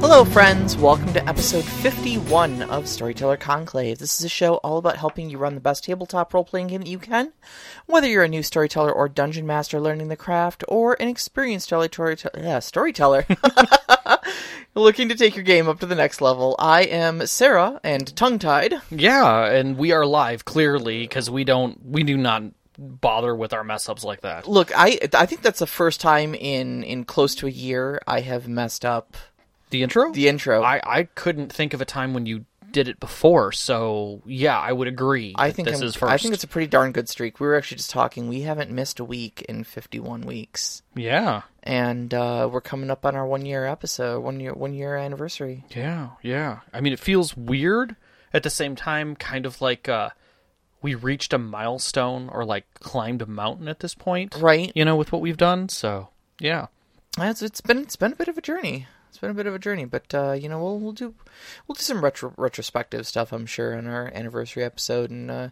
Hello, friends. Welcome to episode 51 of Storyteller Conclave. This is a show all about helping you run the best tabletop role playing game that you can. Whether you're a new storyteller or dungeon master learning the craft, or an experienced storyteller, yeah, storyteller looking to take your game up to the next level, I am Sarah and tongue tied. Yeah, and we are live clearly because we don't we do not bother with our mess ups like that. Look, I I think that's the first time in, in close to a year I have messed up The intro? the intro. I I couldn't think of a time when you did it before, so yeah, I would agree. I that think this I'm- is first. I think it's a pretty darn good streak. We were actually just talking. We haven't missed a week in 51 weeks, yeah, and uh, we're coming up on our one year episode, one year one year anniversary. yeah, yeah. I mean, it feels weird at the same time, kind of like uh, we reached a milestone or like climbed a mountain at this point, Right? You know, with what we've done. So yeah, It's, it's been it's been a bit of a journey. It's been a bit of a journey, but uh, you know we'll we'll do we'll do some retro retrospective stuff. I'm sure on our anniversary episode and uh,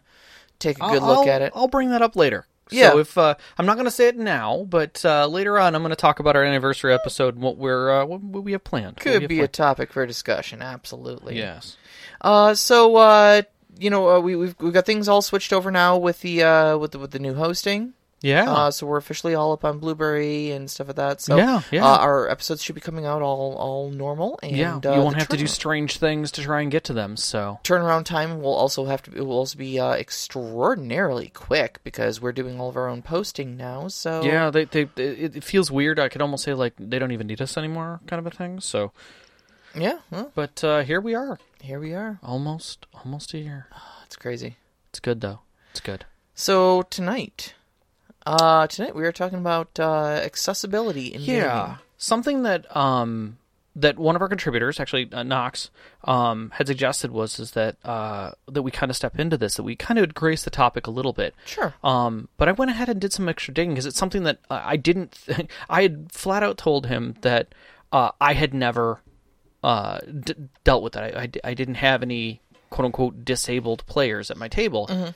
take a good I'll- look I'll- at it. I'll bring that up later. Yeah. So if uh, I'm not going to say it now, but uh, later on, I'm going to talk about our anniversary episode and what we're uh, what what we have planned. What we Could have be a planned. topic for discussion. Absolutely. yes. Uh, so uh, you know uh, we we've, we've got things all switched over now with the uh, with the, with the new hosting. Yeah. Uh, so we're officially all up on Blueberry and stuff like that. So Yeah, yeah. Uh, our episodes should be coming out all all normal. And, yeah. uh, you won't the have to do turn- strange things to try and get to them. So turnaround time will also have to be, will also be uh, extraordinarily quick because we're doing all of our own posting now. So yeah, they, they, they it it feels weird. I could almost say like they don't even need us anymore, kind of a thing. So, yeah. Well, but uh, here we are, here we are. almost almost a year. It's crazy. It's good though. It's good. So tonight, uh, tonight we are talking about uh, accessibility in gaming. Yeah, something that um that one of our contributors, actually uh, Knox, um had suggested was is that uh that we kind of step into this, that we kind of grace the topic a little bit. Sure. Um, but I went ahead and did some extra digging because it's something that uh, I didn't. Th- I had flat out told him that uh, I had never uh, d- dealt with that. I, I d- I didn't have any quote unquote disabled players at my table.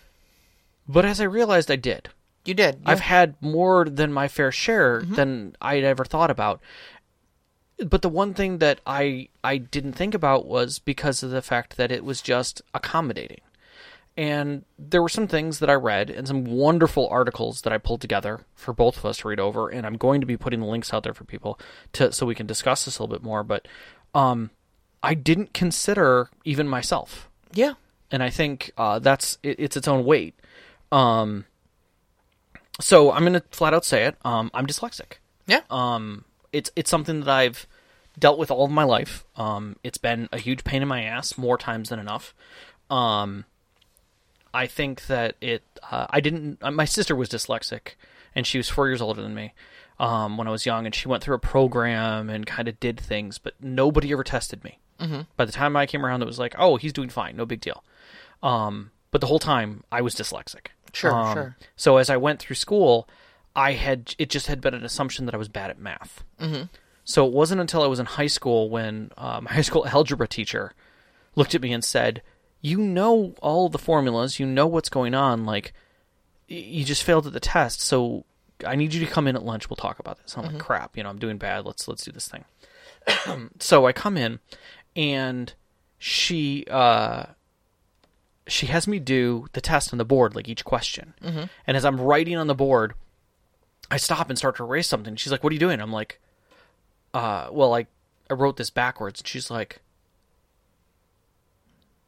But as I realized, I did. You did. I've had more than my fair share than I'd ever thought about. But the one thing that I I didn't think about was because of the fact that it was just accommodating. And there were some things that I read and some wonderful articles that I pulled together for both of us to read over and I'm going to be putting the links out there for people to so we can discuss this a little bit more, but um I didn't consider even myself yeah. yeah. and I think uh, that's it, it's its own weight. Um, so I'm gonna flat out say it. Um, I'm dyslexic. Yeah. Um, it's it's something that I've dealt with all of my life. Um, it's been a huge pain in my ass more times than enough. Um, I think that it. Uh, I didn't. uh, My sister was dyslexic, and she was four years older than me um, when I was young, and she went through a program and kind of did things, but nobody ever tested me. Mm-hmm. By the time I came around, it was like, oh, he's doing fine, no big deal. Um, but the whole time, I was dyslexic. Sure, Um, sure. So as I went through school, I had it just had been an assumption that I was bad at math. So it wasn't until I was in high school when uh, my high school algebra teacher looked at me and said, "You know all the formulas. You know what's going on. Like, y- you just failed at the test. So I need you to come in at lunch. We'll talk about this." I'm like, "Crap, you know, I'm doing bad. Let's let's do this thing." so I come in, and she uh, she has me do the test on the board, like each question. And as I'm writing on the board, I stop and start to erase something. She's like, "What are you doing?" I'm like, uh, "Well, I I wrote this backwards." And she's like,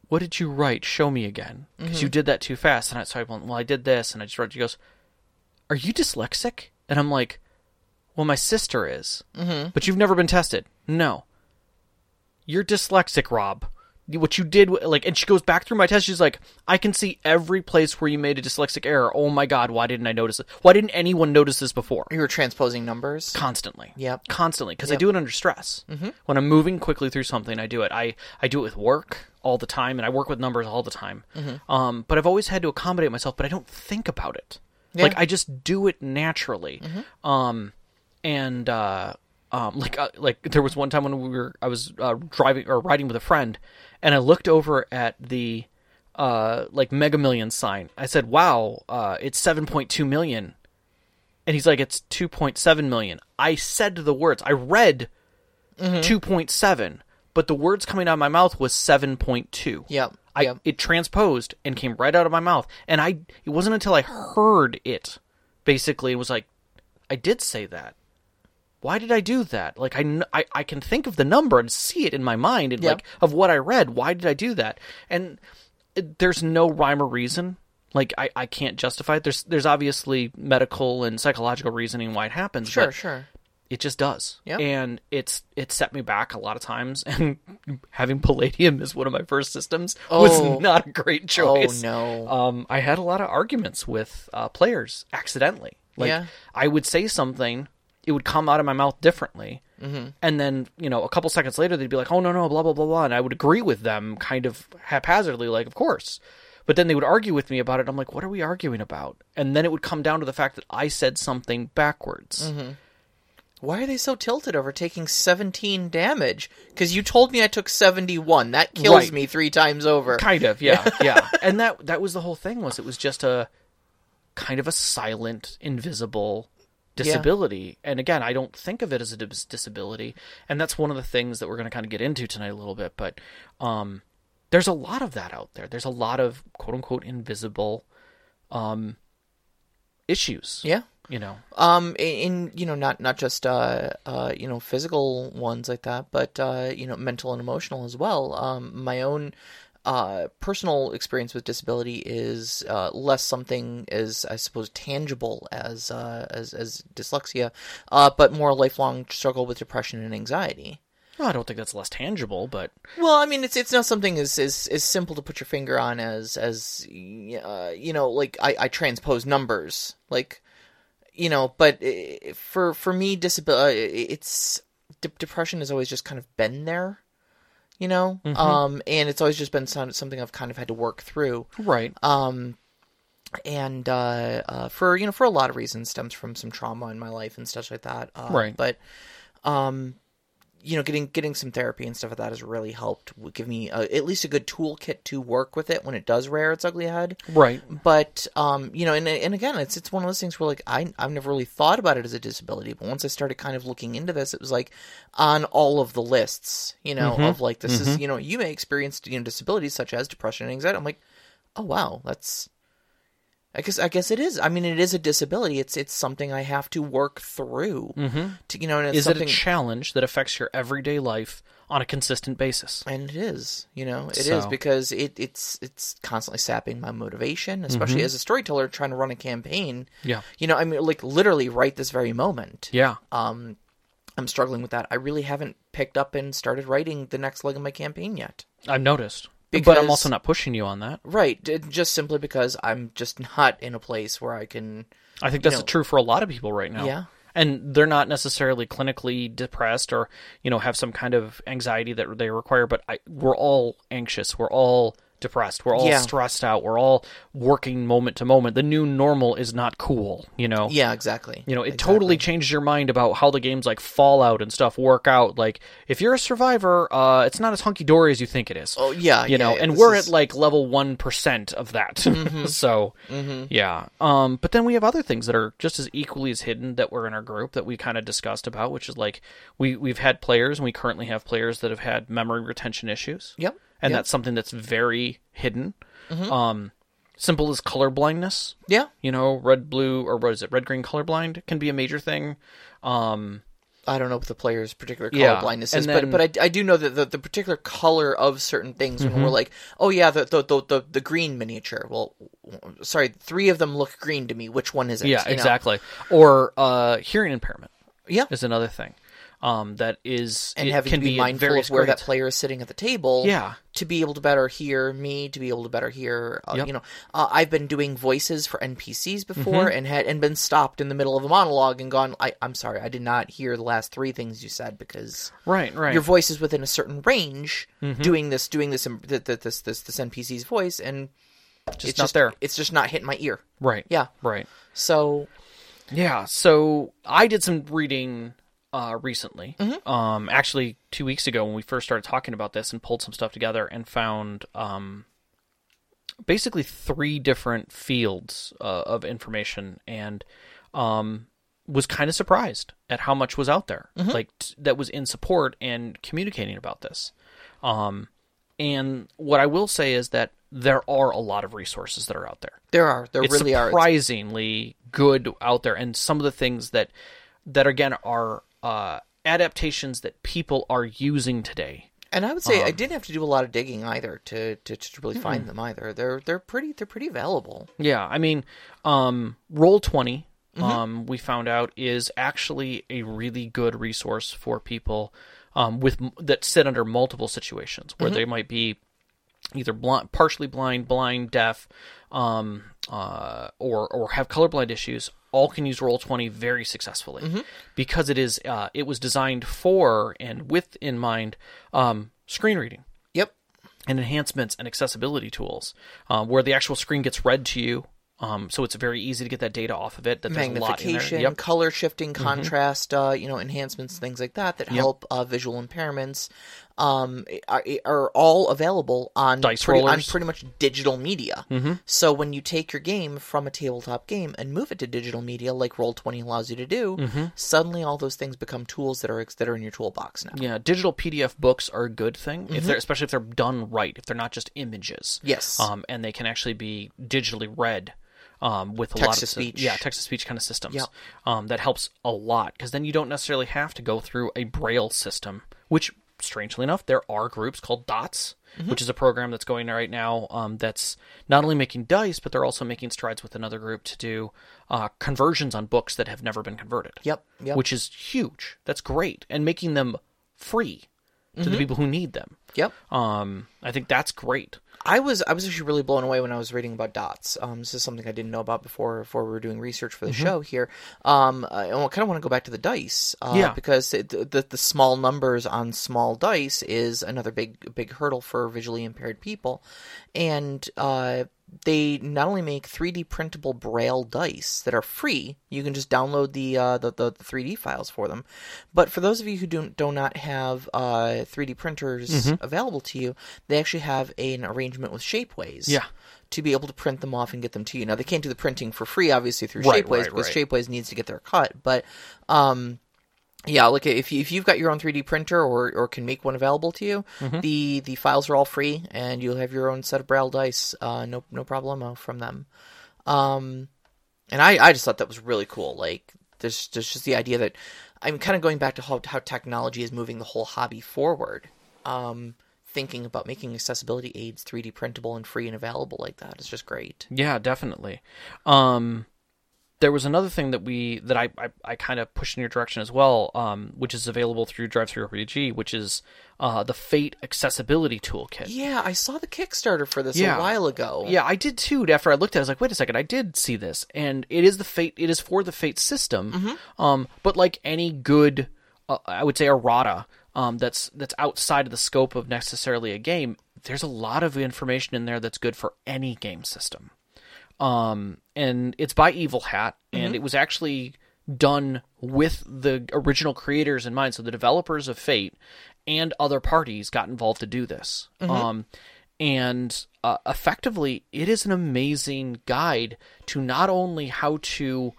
"What did you write? Show me again, because you did that too fast." And I so I went, "Well, I did this," and I just wrote. She goes, "Are you dyslexic?" And I'm like, "Well, my sister is, mm-hmm. but you've never been tested. No, you're dyslexic, Rob." What you did, like, and she goes back through my test. She's like, I can see every place where you made a dyslexic error. Oh my god, why didn't I notice it? Why didn't anyone notice this before? You were transposing numbers. constantly. Yep. Constantly, because I do it under stress. Mm-hmm. When I'm moving quickly through something, I do it. I I do it with work all the time, and I work with numbers all the time. Mm-hmm. Um, but I've always had to accommodate myself, but I don't think about it. Like I just do it naturally. Mm-hmm. Um, and uh, um, like uh, like there was one time when we were I was uh, driving or riding with a friend, and I looked over at the uh like Mega Million sign. I said, "Wow, uh, it's seven point two million. And he's like, it's Mm-hmm. 2.7 million. I said the words. I read 2.7. but the words coming out of my mouth was 7.2. Yep. I, yep. It transposed and came right out of my mouth. And I it wasn't until I heard it, basically, it was like, I did say that. Why did I do that? Like, I, kn- I, I can think of the number and see it in my mind and Yeah. like of what I read. Why did I do that? And it, there's no rhyme or reason. Like, I, I can't justify it. There's, there's obviously medical and psychological reasoning why it happens. Sure, but sure. it just does. Yeah. And it's it set me back a lot of times and having palladium as one of my first systems Oh. was not a great Oh choice. no. Um I had a lot of arguments with uh, players accidentally. Like Yeah. I would say something, it would come out of my mouth differently. Mm-hmm. And then, you know, a couple seconds later they'd be like, "Oh no, no, blah blah blah blah." And I would agree with them kind of haphazardly like, "Of course." But then they would argue with me about it. I'm like, "What are we arguing about?" And then it would come down to the fact that I said something backwards. Mm-hmm. Why are they so tilted over taking 17 damage? Because you told me I took 71. That kills Right. me three times over. kind of yeah yeah and that that was the whole thing was it was just a kind of a silent invisible disability and again i don't think of it as a dis- disability and that's one of the things that we're going to kind of get into tonight a little bit but um there's a lot of that out there there's a lot of quote unquote invisible um issues Yeah. you know Um, in in, you know, not not just uh, uh, you know, physical ones like that, but uh, you know, mental and emotional as well. Um, my own uh, personal experience with disability is uh, less something as I suppose tangible as uh, as as dyslexia, uh, but more a lifelong struggle with depression and anxiety. well, i don't think that's less tangible but Well, I mean, it's it's not something as as, as simple to put your finger on as as uh, you know, like I, I transpose numbers, like you know, but eh, for for me, disability, it's de- depression has always just kind of been there, you know, um, and it's always just been some, something I've kind of had to work through right um and uh, uh for you know for a lot of reasons stems from some trauma in my life and stuff like that uh, Right. but um you know getting getting some therapy and stuff like that has really helped w- give me uh at least a good toolkit to work with it when it does rear its ugly head right but um you know and and again it's it's one of those things where like I I've never really thought about it as a disability but once I started kind of looking into this it was like on all of the lists you know Mm-hmm. of like this is you know you may experience you know disabilities such as depression and anxiety I'm like oh wow that's I guess I guess it is I mean it is a disability it's it's something I have to work through to you know and it's Mm-hmm. is something it a challenge that affects your everyday life on a consistent basis and it is you know it is So- because it it's it's constantly sapping my motivation especially Mm-hmm. as a storyteller trying to run a campaign yeah you know i mean like literally right this very moment yeah um i'm struggling with that i really haven't picked up and started writing the next leg of my campaign yet I've noticed. but Because- I'm also not pushing you on that. right d- just simply because i'm just not in a place where i can I think that's know- true for a lot of people right now. Yeah. And they're not necessarily clinically depressed or, you know, have some kind of anxiety that they require, but I, we're all anxious. We're all depressed. We're all Yeah. stressed out. We're all working moment to moment. The new normal is not cool, you know? yeah exactly You know, it totally changes your mind about how the games like Fallout and stuff work out. Like, if you're a survivor, uh, it's not as hunky dory as you think it is. oh yeah Mm-hmm. you know, and we're at like level one percent of that. so yeah. Um, but then we have other things that are just as equally as hidden that were in our group that we kind of discussed about, which is like we we've had players and we currently have players that have had memory retention issues. Yep, and yep. that's something that's very hidden. Mm-hmm. Um, simple as color blindness yeah you know red blue or what is it red green colorblind can be a major thing um I don't know what the player's particular color Yeah, blindness and is, then- but but I, I do know that the, the particular color of certain things when Mm-hmm. we're like, oh yeah, the the, the the the green miniature. Well, sorry, three of them look green to me. Which one is it? yeah You know? exactly or uh hearing impairment Yeah, is another thing um that is and it having can to be, at mindful of various where that grades. player is sitting at the table. Yeah. To be able to better hear me, to be able to better hear, uh, Yep. you know, uh, I've been doing voices for NPCs before Mm-hmm. and had and been stopped in the middle of a monologue and gone, I, I'm sorry, I did not hear the last three things you said because right right Mm-hmm. your voice is within a certain range doing this doing this im- th- th- this this this npc's voice and just it's not just there it's just not hitting my ear right yeah right so yeah so i did some reading uh recently um actually two weeks ago when we first started talking about this and pulled some stuff together and found um basically three different fields uh, of information and um was kind of surprised at how much was out there, like t- that was in support and communicating about this. Um, and what I will say is that there are a lot of resources that are out there. There are. There It's really are. It's- surprisingly good out there, and some of the things that that again are uh, adaptations that people are using today. And I would say Um, I didn't have to do a lot of digging either to to, to Hmm. really find them either. They're they're pretty they're pretty available. Yeah, I mean, um, Roll 20 um, we found out is actually a really good resource for people um, with that sit under multiple situations where they might be either blind, partially blind, blind, deaf, um, uh, or or have colorblind issues. All can use Roll Twenty very successfully because it is uh, it was designed for and with in mind um, screen reading Yep. and enhancements and accessibility tools um, where the actual screen gets read to you. Um, so it's very easy to get that data off of it. That there's a lot in there. Magnification, Yep. Mm-hmm. color shifting, contrast, uh, you know, enhancements, things like that that help uh, visual impairments um, are, are all available on Dice pretty, on rollers. Mm-hmm. pretty much digital media. So when you take your game from a tabletop game and move it to digital media, like Roll20 allows you to do, Mm-hmm. suddenly all those things become tools that are that are in your toolbox now. Yeah, digital PDF books are a good thing if they're especially if they're done right. If they're not just images. Yes. Um, and they can actually be digitally read. Um, with a lot of Text-to-speech. sys- yeah, text to speech kind of systems. Yeah. Um, that helps a lot because then you don't necessarily have to go through a braille system, which strangely enough there are groups called dots Mm-hmm. which is a program that's going right now um, that's not only making dice but they're also making strides with another group to do uh, conversions on books that have never been converted Yep, yep. which is huge that's great and making them free to Mm-hmm. the people who need them Yep. um, i think that's great I was I was actually really blown away when I was reading about dots. Um, this is something I didn't know about before before we were doing research for the show here. Um, I kind of want to go back to the dice, uh, Yeah. because it, the the small numbers on small dice is another big big hurdle for visually impaired people, and uh, they not only make 3D printable braille dice that are free. You can just download the uh, the, the, the 3D files for them. But for those of you who don't do not have uh, 3D printers available to you, they actually have an arrangement with Shapeways. Yeah. To be able to print them off and get them to you. Now they can't do the printing for free, obviously through Right, Shapeways right, because right. Shapeways needs to get their cut. But um, yeah, like if you, if you've got your own 3D printer or, or can make one available to you, Mm-hmm. the the files are all free and you'll have your own set of braille dice. Uh, no no problemo from them. Um, and I, I just thought that was really cool. Like there's there's just the idea that I'm kind of going back to how how technology is moving the whole hobby forward. Um, thinking about making accessibility aids 3D printable and free and available like that is just great. Yeah, definitely. Um, there was another thing that we that I I, I kind of pushed in your direction as well, um, which is available through Drive Through RPG, which is uh, the Fate Accessibility Toolkit. Yeah, I saw the Kickstarter for this Yeah. a while ago. Yeah, I did too. After I looked at it, I was like, wait a second, I did see this. And it is the fate it is for the fate system. Um but like any good uh, I would say errata um that's that's outside of the scope of necessarily a game, there's a lot of information in there that's good for any game system. Um and it's by Evil Hat and it was actually done with the original creators in mind, so the developers of Fate and other parties got involved to do this. Um and uh, effectively it is an amazing guide to not only how to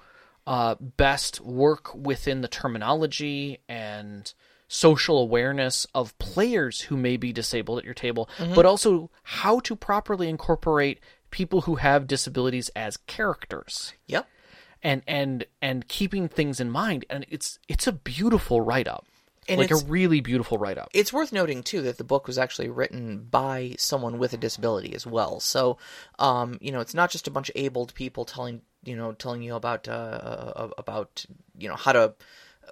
uh, best work within the terminology and social awareness of players who may be disabled at your table Mm-hmm. but also how to properly incorporate people who have disabilities as characters Yep. and and and keeping things in mind and it's it's a beautiful write up And like a it's- really beautiful write up It's worth noting too that the book was actually written by someone with a disability as well. So, um, you know, it's not just a bunch of abled people telling you know telling you about uh, uh, about you know how to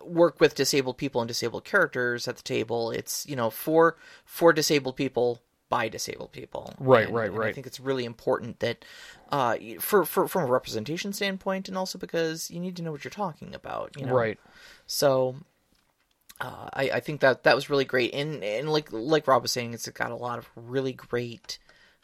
work with disabled people and disabled characters at the table. It's you know for for disabled people by disabled people. Right, And- right, and I right. think it's really important that uh, for, for from a representation standpoint, and also because you need to know what you're talking about. You know? right So uh, I, I think that that was really great, and and like like Rob was saying, it's got a lot of really great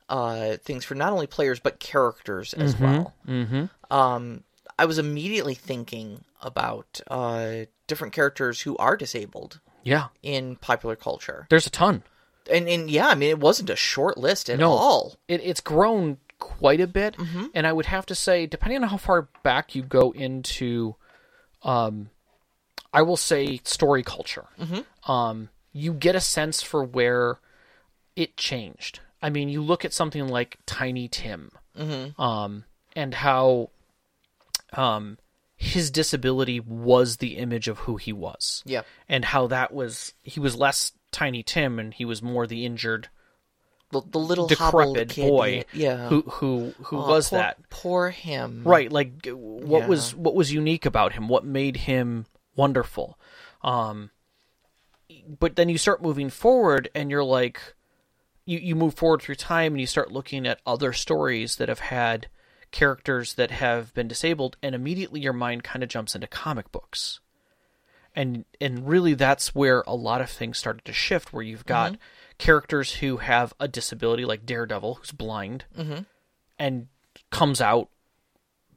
uh, things for not only players but characters as well. Mm-hmm. Um, I was immediately thinking about uh, different characters who are disabled yeah in popular culture, there's a ton and and yeah, I mean it wasn't a short list at No. all. it, it's grown quite a bit and i would have to say depending on how far back you go into um, I will say story culture. Um, you get a sense for where it changed. I mean, you look at something like Tiny Tim, um, and how um, his disability was the image of who he was. Yep. and how that was he was less Tiny Tim and he was more the injured, The, the little hobbled decrepit kid, boy Yeah. who who who Aw, was poor- that Poor him. right like g- what was what was unique about him what made him wonderful um but then you start moving forward and you're like you you move forward through time and you start looking at other stories that have had characters that have been disabled and immediately your mind kind of jumps into comic books and and really that's where a lot of things started to shift where you've got characters who have a disability like daredevil who's blind and comes out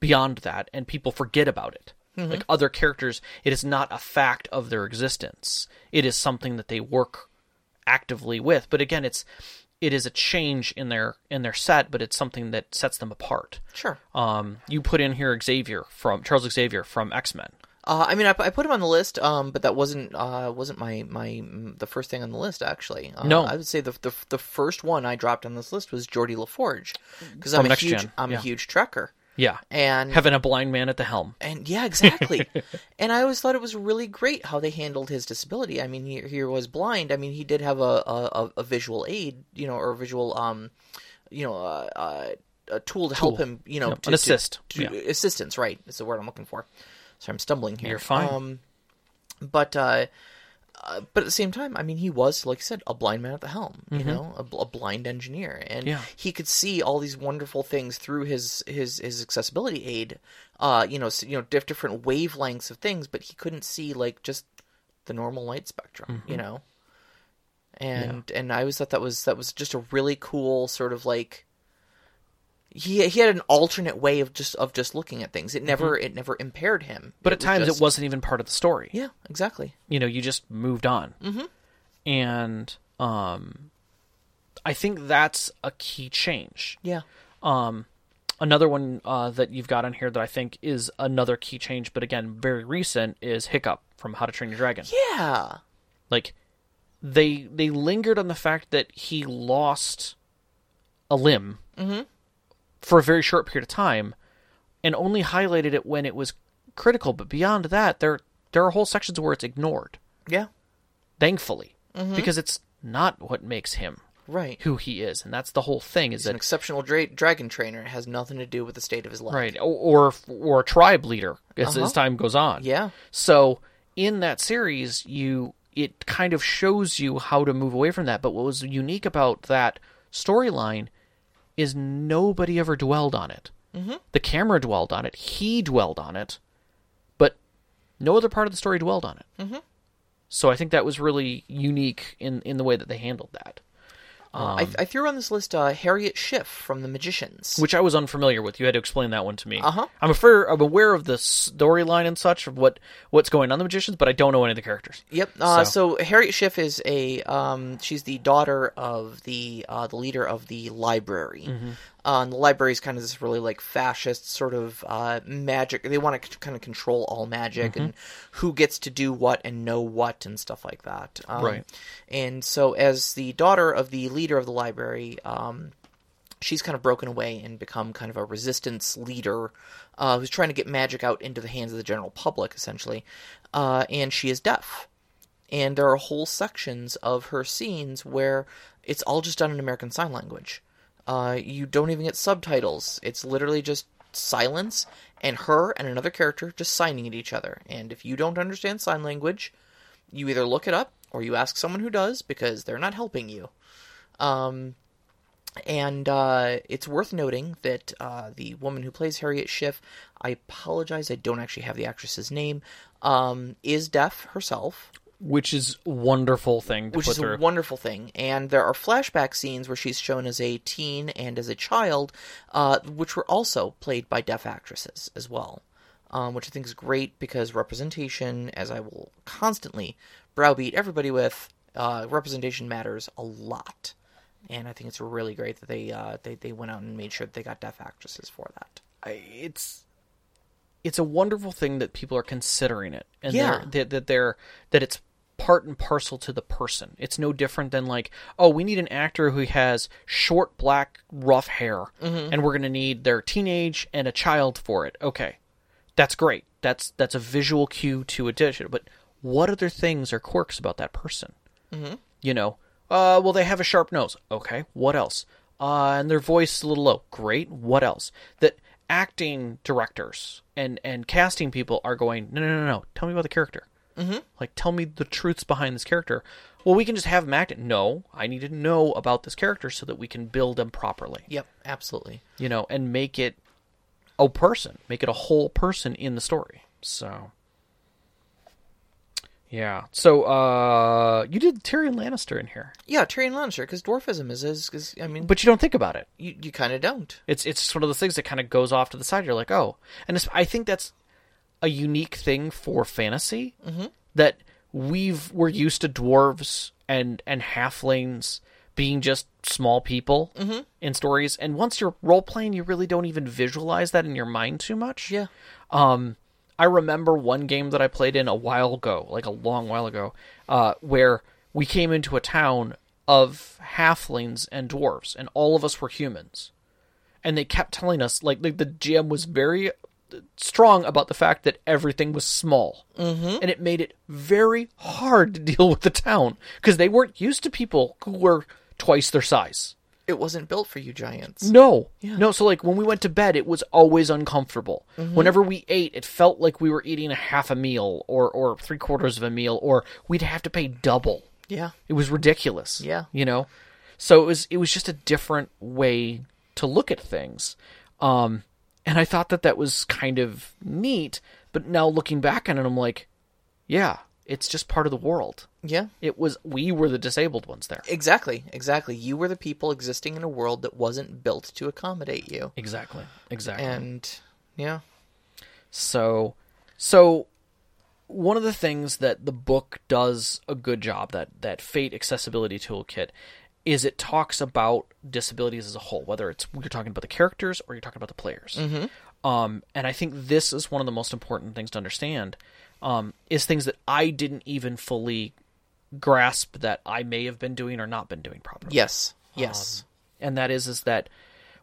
beyond that and people forget about it like other characters it is not a fact of their existence it is something that they work actively with but again it's it is a change in their in their set but it's something that sets them apart Sure. um you put in here xavier from charles xavier from x-men Uh, I mean, I, pu- I put him on the list, um, but that wasn't uh, wasn't my my mm, the first thing on the list actually. Uh, No. I would say the, the the first one I dropped on this list was Geordie LaForge because From I'm a Next huge Gen, I'm yeah. a huge trekker yeah and having a blind man at the helm and yeah exactly and I always thought it was really great how they handled his disability. I mean, he he was blind. I mean, he did have a a, a- a visual aid, you know, or a visual um, you know, uh, uh, a tool to help Tool. him, you know, Yep, to, an to- assist, to, yeah. assistance. Right, is the word I'm looking for. Sorry, I'm stumbling here. You're fine. Um, but uh, uh, but at the same time, I mean, he was like I said, a blind man at the helm. You know, a, bl- a blind engineer, and Mm-hmm. Yeah. he could see all these wonderful things through his his his accessibility aid. Uh, you know, s you know, diff- different wavelengths of things, but he couldn't see like just the normal light spectrum. Mm-hmm. You know, and and I always thought that was that was just a really cool sort of like. He, he had an alternate way of just of just looking at things. It never it never impaired him. Mm-hmm. but at times just- it wasn't even part of the story yeah exactly you know you just moved on mm-hmm. and um i think that's a key change yeah another one uh, that you've got on here that i think is another key change but again very recent is hiccup from how to train your dragon yeah like they they lingered on the fact that he lost a limb for a very short period of time and only highlighted it when it was critical but beyond that there there are whole sections where it's ignored yeah thankfully because it's not what makes him right who he is and that's the whole thing is He's an that exceptional dra- dragon trainer. It has nothing to do with the state of his life. right or or, or a tribe leader as, as time goes on Yeah. so in that series you it kind of shows you how to move away from that but what was unique about that storyline is nobody ever dwelled on it mm-hmm. the camera dwelled on it he dwelled on it but no other part of the story dwelled on it mm-hmm. so i think that was really unique in in the way that they handled that I, I threw on this list uh, Harriet Schiff from The Magicians. which I was unfamiliar with. You had to explain that one to me. Uh-huh. I'm afraid I'm aware of the storyline and such of what what's going on in the magicians, but I don't know any of the characters. Yep. Uh, so. Harriet Schiff is a um, she's the daughter of the uh, the leader of the library. Uh, and the library is kind of this really like fascist sort of uh, magic. They want to c- kind of control all magic and who gets to do what and know what and stuff like that. Um, Right. And so, as the daughter of the leader of the library, um, she's kind of broken away and become kind of a resistance leader uh, who's trying to get magic out into the hands of the general public, essentially. Uh, and she is deaf. And there are whole sections of her scenes where it's all just done in American Sign Language. Uh, you don't even get subtitles. It's literally just silence and her and another character just signing at each other. And if you don't understand sign language, you either look it up or you ask someone who does because they're not helping you. Um, And uh, it's worth noting that uh, the woman who plays Harriet Schiff, I apologize, I don't actually have the actress's name, um, is deaf herself, Which is wonderful thing to which put is through. a wonderful thing. And there are flashback scenes where she's shown as a teen and as a child, uh, which were also played by deaf actresses as well, um, which I think is great because representation, as I will constantly browbeat everybody with, uh, representation matters a lot and I think it's really great that they uh, they they went out and made sure that they got deaf actresses for that. I- it's it's a wonderful thing that people are considering it and Yeah. they're, that, that they're that it's part and parcel to the person it's no different than like oh we need an actor who has short black rough hair and we're going to need their teenage and a child for it okay that's great that's that's a visual cue to addition but what other things are quirks about that person you know uh well they have a sharp nose okay what else uh and their voice is a little low great what else that acting directors and and casting people are going no no no no tell me about the character mm-hmm. like tell me the truths behind this character well we can just have them act it no i need to know about this character so that we can build them properly Yep, absolutely. you know and make it a person make it a whole person in the story so yeah so uh you did tyrion lannister in here Yeah, Tyrion Lannister, because dwarfism is, is, is, I mean, but you don't think about it. you, you kind of don't. It's it's just one of those things that kind of goes off to the side. You're like, oh, and it's, I think that's a unique thing for fantasy that we've we're used to dwarves and and halflings being just small people in stories, and once you're role playing, you really don't even visualize that in your mind too much. Yeah. Um, I remember one game that I played in a while ago, like a long while ago, uh, where we came into a town of halflings and dwarves, and all of us were humans. And they kept telling us, like, like the GM was very strong about the fact that everything was small, mm-hmm. and it made it very hard to deal with the town because they weren't used to people who were twice their size. It wasn't built for you giants. No. No, so like when we went to bed, it was always uncomfortable. Whenever we ate, it felt like we were eating a half a meal or, or three quarters of a meal, or we'd have to pay double. Yeah. It was ridiculous. Yeah. You know? So it was it was just a different way to look at things. Um and I thought that that was kind of neat, but now looking back on it I'm like, yeah, it's just part of the world. Yeah. It was we were the disabled ones there. Exactly, exactly. You were the people existing in a world that wasn't built to accommodate you. Exactly. Exactly. And, yeah. So, so one of the things that the book does a good job that that Fate accessibility toolkit is it talks about disabilities as a whole, whether it's you're talking about the characters or you're talking about the players. Um, and I think this is one of the most important things to understand um, is things that I didn't even fully grasp that I may have been doing or not been doing properly Yes. Yes. and that is is that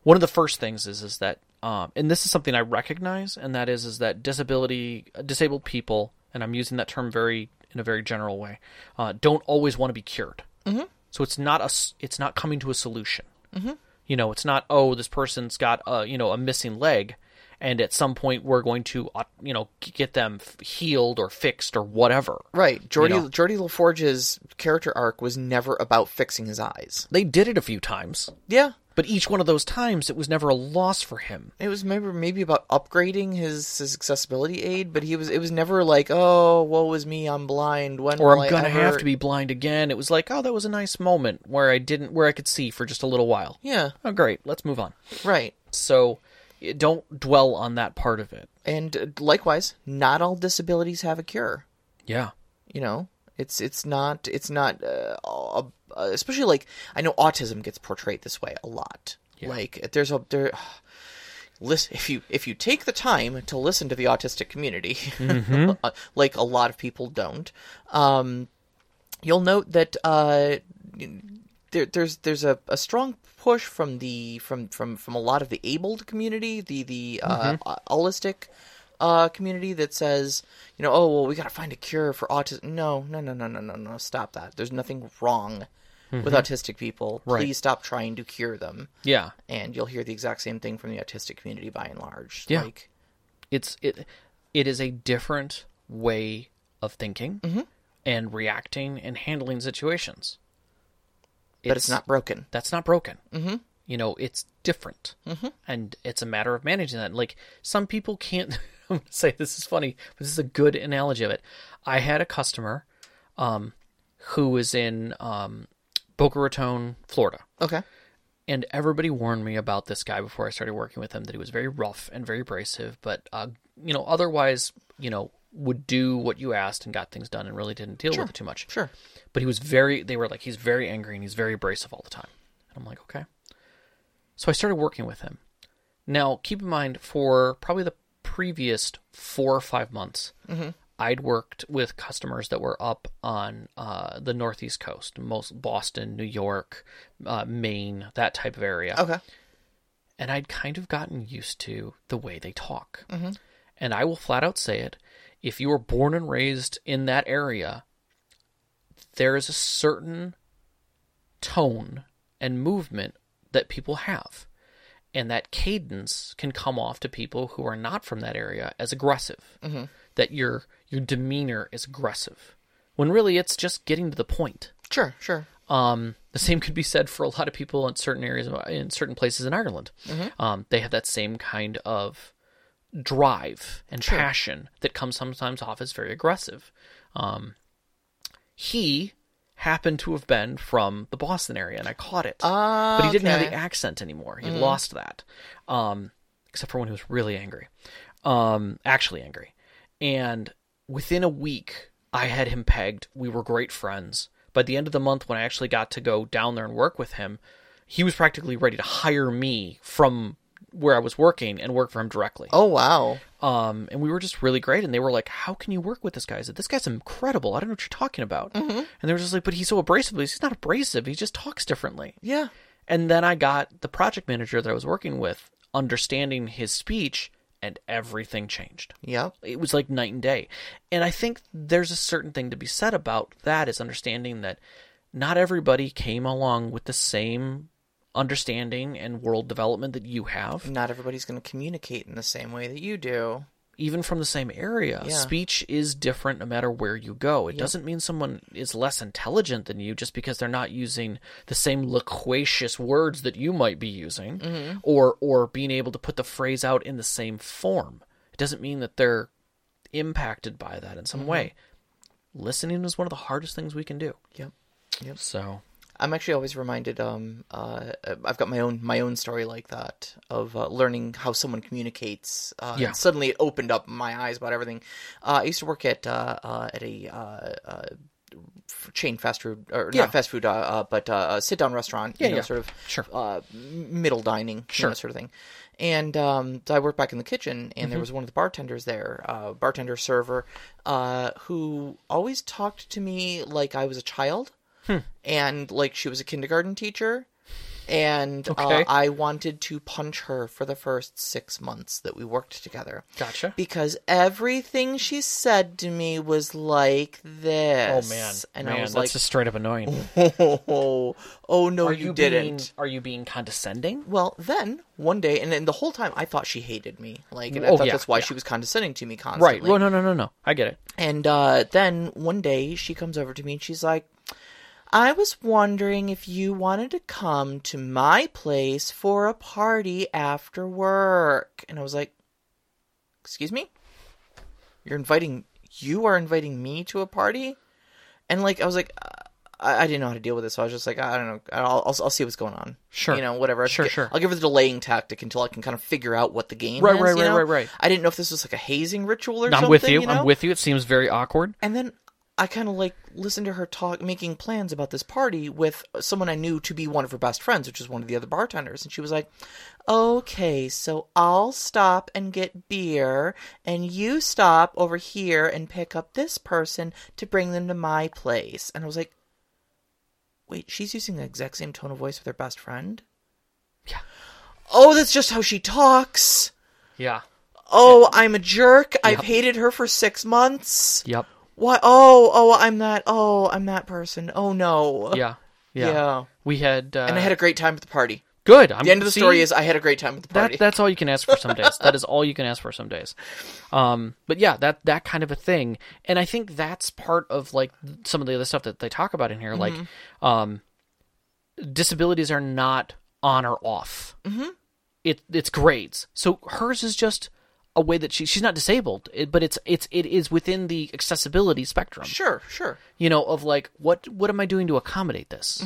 one of the first things is is that um, and this is something I recognize, and that is is that disability uh, disabled people, and I'm using that term very in a very general way, uh, don't always want to be cured. Mm-hmm. So it's not a s- it's not coming to a solution. Mm-hmm. You know, it's not oh this person's got a you know a missing leg, and at some point we're going to uh, you know g- get them f- healed or fixed or whatever. right. Jordy Um, know. Jordy LaForge's character arc was never about fixing his eyes. They did it a few times, Yeah. but each one of those times it was never a loss for him. It was maybe maybe about upgrading his, his accessibility aid, but he was it was never like, oh, woe is me, I'm blind. When or will I'm gonna I ever... have to be blind again. It was like, oh, that was a nice moment where I didn't, where I could see for just a little while. Yeah, Oh, great. Let's move on. right. So, y- don't dwell on that part of it. And uh, likewise, not all disabilities have a cure. Yeah. you know it's it's not it's not uh, uh, especially like i know autism gets portrayed this way a lot like there's a there listen if you if you take the time to listen to the autistic community uh, like a lot of people don't um you'll note that uh there, there's there's a, a strong push from the from, from from a lot of the abled community, the the uh, holistic uh, community that says, you know, oh well, we got to find a cure for autism. No, no, no, no, no, no, no. Stop that. There's nothing wrong with autistic people. Right. Please stop trying to cure them. Yeah. And you'll hear the exact same thing from the autistic community by and large. Yeah. Like, It's it. It is a different way of thinking Mm-hmm. and reacting and handling situations. but it's not broken. that's not broken. Mm-hmm. You know, it's different, mm-hmm. and it's a matter of managing that. Like some people can't. I'm gonna say this is funny, but this is a good analogy of it. I had a customer, um, who was in um, Boca Raton, Florida, Okay. and everybody warned me about this guy before I started working with him that he was very rough and very abrasive, but uh, you know, otherwise, you know, would do what you asked and got things done, and really didn't deal with it too much Sure. but he was very they were like he's very angry and he's very abrasive all the time and i'm like okay so i started working with him now keep in mind for probably the previous four or five months, I'd worked with customers that were up on uh, the Northeast coast, most Boston, New York, uh, Maine, that type of area Okay. and I'd kind of gotten used to the way they talk. And I will flat out say it if you were born and raised in that area, there is a certain tone and movement that people have. And that cadence can come off to people who are not from that area as aggressive. That your your demeanor is aggressive, when really it's just getting to the point. Sure, sure. Um, the same could be said for a lot of people in certain areas, in certain places in Ireland. Um, they have that same kind of drive and passion that comes sometimes off as very aggressive. Um, he happened to have been from the Boston area, and I caught it, but he didn't have the okay. accent anymore. He lost that, um, except for when he was really angry, um, actually angry. And within a week, I had him pegged. We were great friends. By the end of the month, when I actually got to go down there and work with him, he was practically ready to hire me from where I was working and work for him directly. Oh wow. Um, and we were just really great. And they were like, "How can you work with this guy?" I said, "This guy's incredible. I don't know what you're talking about." And they were just like, "But he's so abrasive. He's he's not abrasive. He just talks differently." Yeah. And then I got the project manager that I was working with understanding his speech, and everything changed Yep. it was like night and day. And I think there's a certain thing to be said about that is understanding that not everybody came along with the same understanding and world development that you have, Not everybody's going to communicate in the same way that you do. even from the same area. Yeah. Speech is different no matter where you go. It doesn't mean someone is less intelligent than you just because they're not using the same loquacious words that you might be using or or being able to put the phrase out in the same form. It doesn't mean that they're impacted by that in some way. Listening is one of the hardest things we can do. Yep. So I'm actually always reminded. Um, uh, I've got my own my own story like that of uh, learning how someone communicates. Uh, Yeah. and Suddenly, it opened up my eyes about everything. Uh, I used to work at uh, uh, at a uh, uh, f- chain fast food or Yeah. not fast food, uh, uh, but uh, sit down restaurant. Yeah, you know, yeah. Sort of Sure. uh, m- middle dining, sure. Sure. sort of thing. And um, I worked back in the kitchen, and there Mm-hmm. was one of the bartenders there, uh, bartender server, uh, who always talked to me like I was a child, Hmm. and like she was a kindergarten teacher. And uh, Okay. I wanted to punch her for the first six months that we worked together. Gotcha. Because everything she said to me was like Oh this. man, and man, I was that's like, just straight up annoying. oh, oh no, Are you, you didn't. being, are you being condescending? Well, then one day, and then the whole time I thought she hated me. Like, and I Oh, thought yeah, that's why yeah. she was condescending to me constantly. Right. Well, no, no, no, no. I get it. And uh, then one day she comes over to me and she's like, I was wondering if you wanted to come to my place for a party after work. And I was like, Excuse me? You're inviting, you are inviting me to a party? And like, I was like, uh, I, I didn't know how to deal with it. So I was just like, I don't know. I'll, I'll, I'll see what's going on. Sure. You know, whatever. I'll Sure, gi- sure. I'll give her the delaying tactic until I can kind of figure out what the game Right, is. right, you right, know? right, right. I didn't know if this was like a hazing ritual or I'm something. with you. know? I'm with you. It seems very awkward. And then I kind of like listened to her talk, making plans about this party with someone I knew to be one of her best friends, which was one of the other bartenders. And she was like, okay, so I'll stop and get beer, and you stop over here and pick up this person to bring them to my place. And I was like, wait, she's using the exact same tone of voice with her best friend? Yeah. Oh, that's just how she talks. Yeah. Oh, I'm a jerk. I've hated her for six months. Yep. What? Oh, oh, I'm that. Oh, I'm that person. Oh no. Yeah. Yeah. yeah. We had. Uh, And I had a great time at the party. good. I'm, The end of the see, story is I had a great time at the party. that. That's all you can ask for some days. that is all you can ask for some days. Um. But yeah, that that kind of a thing, and I think that's part of like some of the other stuff that they talk about in here, like, Mm-hmm. um, disabilities are not on or off. Mm-hmm. It it's grades. So hers is just a way that she she's not disabled, it, but it's it's it is within the accessibility spectrum. sure, sure. you know of like what what am i doing to accommodate this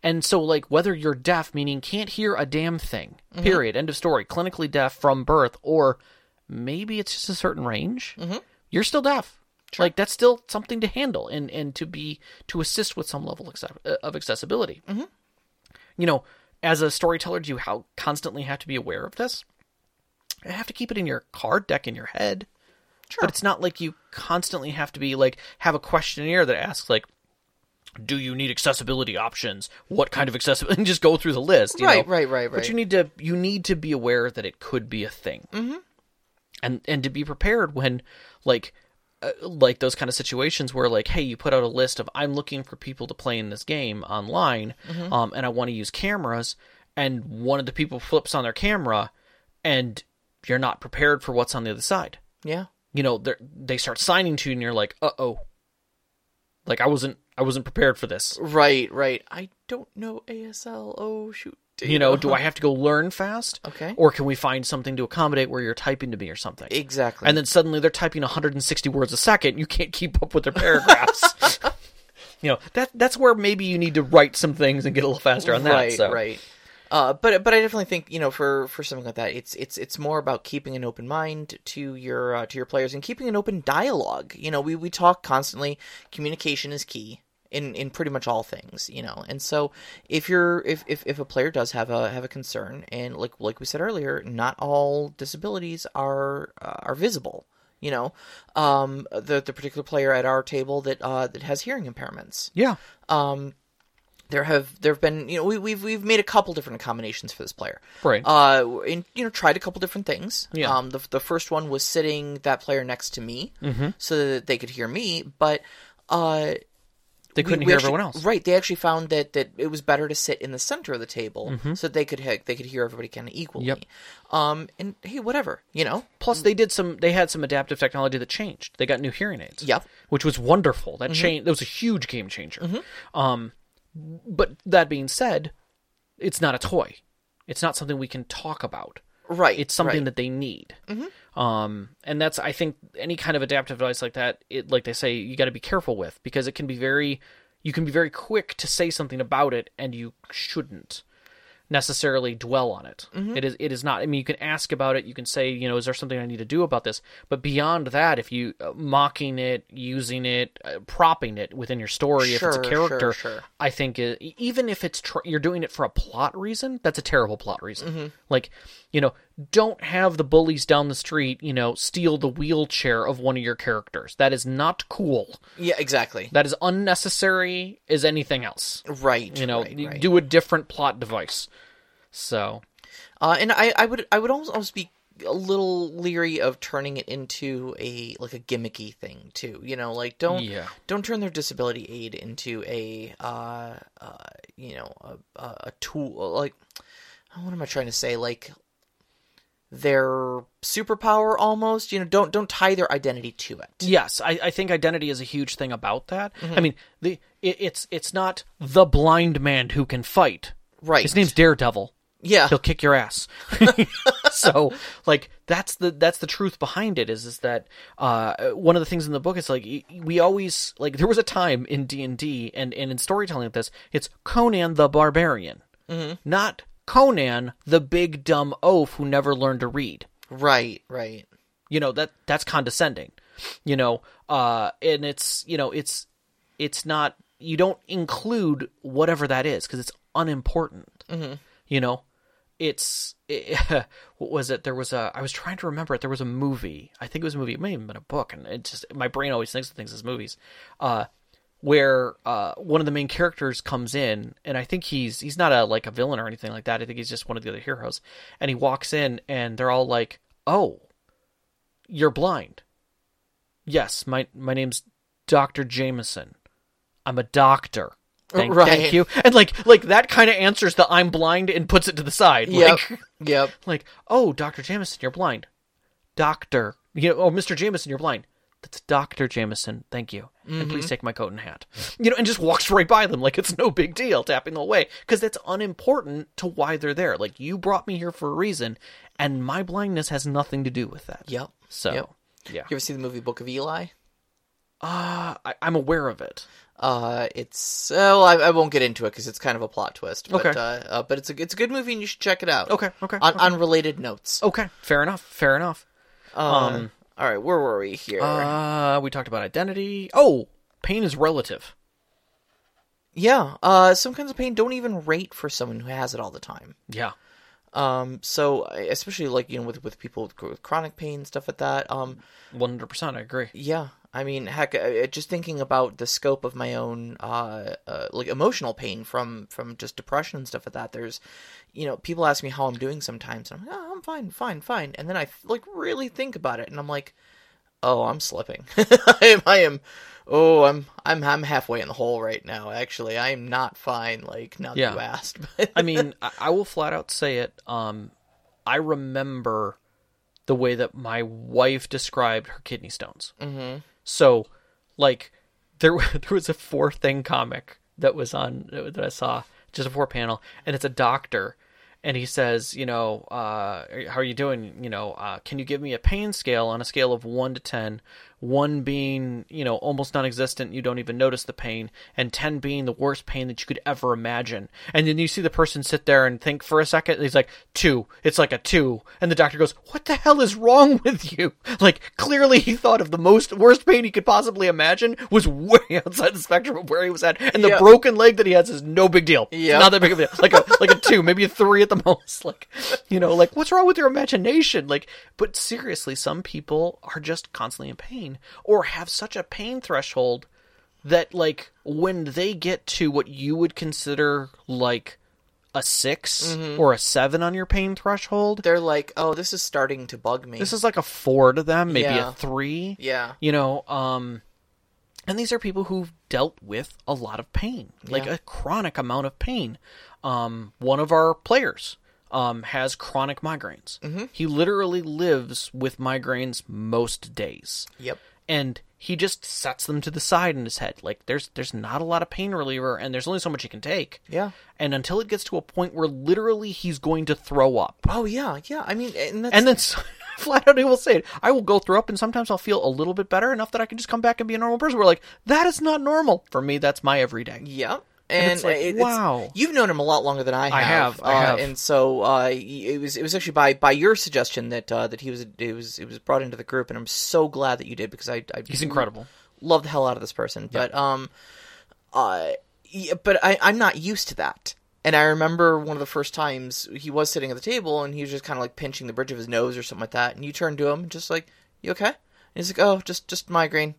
and so like whether you're deaf meaning can't hear a damn thing period end of story clinically deaf from birth or maybe it's just a certain range you're still deaf like that's still something to handle and and to be to assist with some level acce- uh, of accessibility you know as a storyteller do you how constantly have to be aware of this You have to keep it in your card deck in your head. Sure. But it's not like you constantly have to be like have a questionnaire that asks like, "Do you need accessibility options? What kind of accessibility?" And just go through the list. you Right, know? right, right, right. But you need to you need to be aware that it could be a thing, mm-hmm. and and to be prepared when like uh, like those kind of situations where like hey you put out a list of i'm looking for people to play in this game online um, and i want to use cameras and one of the people flips on their camera and you're not prepared for what's on the other side Yeah. you know they they start signing to you and you're like uh-oh like i wasn't i wasn't prepared for this Right, right. I don't know ASL. Oh shoot. you know do i have to go learn fast Uh-huh. Okay. or can we find something to accommodate where you're typing to me or something Exactly. and then suddenly they're typing 160 words a second you can't keep up with their paragraphs you know that that's where maybe you need to write some things and get a little faster on that right, so. right. Uh, but but I definitely think you know for for something like that, it's it's it's more about keeping an open mind to your uh, to your players and keeping an open dialogue. You know, we we talk constantly. Communication is key in in pretty much all things. You know, and so if you're if if, if a player does have a have a concern, and like like we said earlier, not all disabilities are uh, are visible you know um the the particular player at our table that uh that has hearing impairments yeah there have there have been you know we, we've we've made a couple different accommodations for this player Right. uh and you know tried a couple different things Yeah. um the, the first one was sitting that player next to me Mm-hmm. so that they could hear me but uh we- they couldn't we hear actually- everyone else Right. They actually found that that it was better to sit in the center of the table so that they could he- they could hear everybody kind of equally. Mm-hmm. Yep. Um. And hey, whatever. You know. plus they did some they had some adaptive technology that changed they got new hearing aids Yep. Mm-hmm. which was wonderful that changed that was a huge game changer um but that being said it's not a toy it's not something we can talk about Right. it's something right. Mm-hmm. that they need um and that's i think any kind of adaptive device like that it like they say you got to be careful with because it can be very you can be very quick to say something about it and you shouldn't necessarily dwell on it. Mm-hmm. It is it is not. I mean, you can ask about it. You can say, you know, is there something I need to do about this? But beyond that, if you uh, mocking it, using it, uh, propping it within your story, if Sure, it's a sure, character, sure. I think uh, e- even if it's tr- you're doing it for a plot reason, that's a terrible plot reason. Mm-hmm. Like, you know, don't have the bullies down the street, you know, steal the wheelchair of one of your characters. That is not cool. Yeah. Exactly. That is unnecessary as anything else. right. You know, Right, you right. do a different plot device. So, Uh, and I, I would I would almost, almost be a little leery of turning it into a like a gimmicky thing too. You know, like don't Yeah. don't turn their disability aid into a uh, uh you know a, a a tool like what am I trying to say like their superpower almost you know don't don't tie their identity to it Yes, I, I think identity is a huge thing about that. Mm-hmm. I mean, the it, it's it's not the blind man who can fight. right His name's Daredevil. yeah He'll kick your ass. so, like that's the that's the truth behind it is is that uh, one of the things in the book is like y- we always like there was a time in D and D and and in storytelling like this, it's Conan the Barbarian, Mm-hmm. not Conan the big dumb oaf who never learned to read right right you know that that's condescending you know uh and it's you know it's it's not you don't include whatever that is because it's unimportant you know it's what was it there was a i was trying to remember it there was a movie i think it was a movie it may have been a book and it just my brain always thinks of things as movies uh where uh, one of the main characters comes in, and I think he's he's not a like a villain or anything like that. I think he's just one of the other heroes, and he walks in, and they're all like, "Oh, you're blind. Yes, my my name's Doctor Jameson. I'm a doctor. Thank, Right. thank you. And like like that kind of answers the I'm blind and puts it to the side. yep Like yep like oh Doctor Jameson, you're blind. Doctor, you know, oh Mister Jameson, you're blind. That's Doctor Jameson. Thank you, and please take my coat and hat. You know, and just walks right by them like it's no big deal, tapping the way because that's unimportant to why they're there. Like you brought me here for a reason, and my blindness has nothing to do with that. yep So Yep. yeah, you ever see the movie Book of Eli uh, I, I'm aware of it. Uh, it's uh, well, I, I won't get into it because it's kind of a plot twist. But, Okay. uh, uh, but it's a it's a good movie and you should check it out. Okay, okay, On, on related notes. Okay, fair enough. Fair enough. Um, all right, where were we here? Uh, we talked about identity. Oh, pain is relative. yeah. Uh, some kinds of pain don't even rate for someone who has it all the time. Yeah, Um, so I- especially like you know with with people with, with chronic pain stuff like that. Um, One hundred percent, I agree. yeah, I mean, heck, I, I- just thinking about the scope of my own uh, uh, like emotional pain from from just depression and stuff like that. There's, you know, people ask me how I'm doing sometimes, and I'm like, oh, I'm fine, fine, fine, and then I like really think about it, and I'm like, oh, I'm slipping. I am, I am, oh, I'm I'm I'm halfway in the hole right now. Actually, I am not fine. Like now that Yeah. you asked, but I mean, I, I will flat out say it. Um, I remember the way that my wife described her kidney stones. Mm-hmm. So, like, there wa- there was a four thing comic that was on that I saw, just a four panel, and it's a doctor, and he says, you know, uh, how are you doing? You know, uh, can you give me a pain scale on a scale of one to ten? One being, you know, almost non-existent, you don't even notice the pain, and ten being the worst pain that you could ever imagine. And then you see the person sit there and think for a second. and he's like, two. It's like a two. And the doctor goes, "What the hell is wrong with you?" Like clearly, he thought of the most worst pain he could possibly imagine was way outside the spectrum of where he was at, and the Yeah. broken leg that he has is no big deal. It's Yeah. not that big of a deal. Like a like a two, maybe a three at the most. Like you know, like what's wrong with your imagination? Like, but seriously, some people are just constantly in pain or have such a pain threshold that like when they get to what you would consider like a 6 or a seven on your pain threshold, they're like, oh, this is starting to bug me. this is like a four to them, maybe Yeah. a three. yeah. You know, um and these are people who've dealt with a lot of pain, like Yeah. a chronic amount of pain. Um one of our players um has chronic migraines. Mm-hmm. He literally lives with migraines most days Yep. and he just sets them to the side in his head. Like there's there's not a lot of pain reliever and there's only so much he can take. Yeah. And until it gets to a point where literally he's going to throw up. Oh yeah, yeah. I mean, and that's And then s- flat out he will say it. I will go throw up and sometimes I'll feel a little bit better enough that I can just come back and be a normal person. We're like, that is not normal. For me, that's my everyday. yeah. And And it's like, it- wow. you've known him a lot longer than I have. I have, I uh, have. And so uh, y- it was it was actually by, by your suggestion that uh, that he was it was it was brought into the group, and I'm so glad that you did because I, I He's incredible. love the hell out of this person, but um, uh, yeah, but I, I'm not used to that. And I remember one of the first times he was sitting at the table and he was just kind of like pinching the bridge of his nose or something like that. And you turn to him and just like, "You okay?" And he's like, "Oh, just just migraine.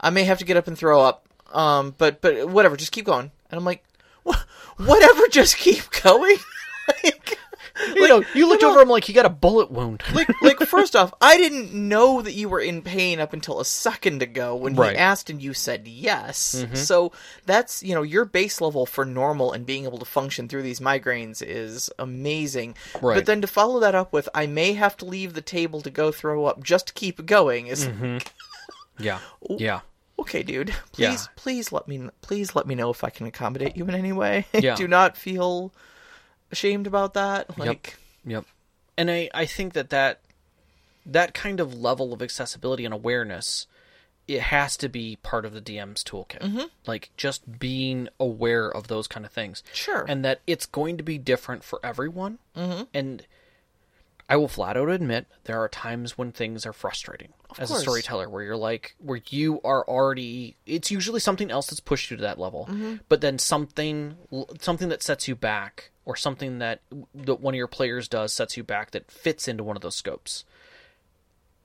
I may have to get up and throw up. Um, but but whatever, just keep going." And I'm like, "Wha- "Whatever, just keep going." like, you know, you looked I over him like he got a bullet wound. like like first off, I didn't know that you were in pain up until a second ago when Right. Mm-hmm. he asked and you said yes. So that's you know your base level for normal and being able to function through these migraines is amazing. Right. But then to follow that up with I may have to leave the table to go throw up just to keep going is Mm-hmm. yeah. Yeah. okay, dude. Please Yeah. please let me please let me know if I can accommodate you in any way. Yeah. Do not feel ashamed about that. Like Yep. And I, I think that, that that kind of level of accessibility and awareness, it has to be part of the DM's toolkit. Like just being aware of those kind of things. Sure. And that it's going to be different for everyone. Mm-hmm. And I will flat out admit there are times when things are frustrating as a course. storyteller where you're like where you are already it's usually something else that's pushed you to that level Mm-hmm. but then something something that sets you back or something that that one of your players does sets you back that fits into one of those scopes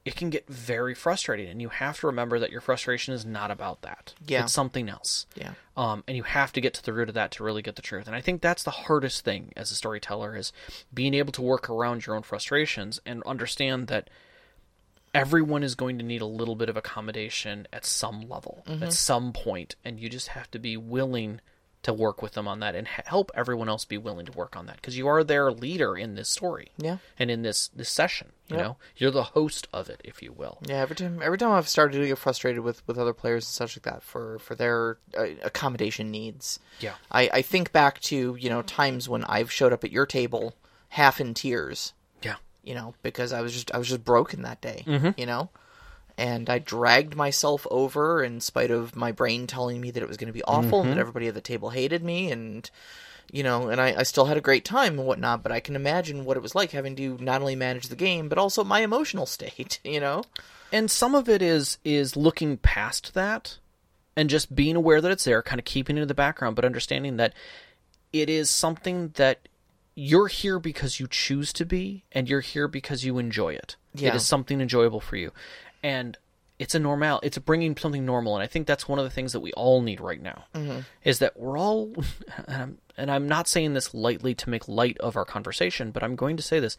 it can get very frustrating and you have to remember that your frustration is not about that Yeah. it's something else Yeah. um, and you have to get to the root of that to really get the truth and i think that's the hardest thing as a storyteller is being able to work around your own frustrations and understand that everyone is going to need a little bit of accommodation at some level Mm-hmm. at some point and you just have to be willing to work with them on that and h- help everyone else be willing to work on that because you are their leader in this story Yeah. and in this this session you Yeah. know you're the host of it if you will Yeah, every time every time I've started to get frustrated with with other players and such like that for for their uh, accommodation needs. Yeah. I I think back to you know times when I've showed up at your table half in tears, yeah you know, because I was just I was just broken that day, you know. And I dragged myself over in spite of my brain telling me that it was going to be awful and that everybody at the table hated me and you know, and I, I still had a great time and whatnot, but I can imagine what it was like having to not only manage the game, but also my emotional state, you know? and some of it is is looking past that and just being aware that it's there kind of keeping it in the background but understanding that it is something that you're here because you choose to be and you're here because you enjoy it Yeah. it is something enjoyable for you and it's a normal it's bringing something normal and i think that's one of the things that we all need right now is that we're all and I'm, and I'm not saying this lightly to make light of our conversation but i'm going to say this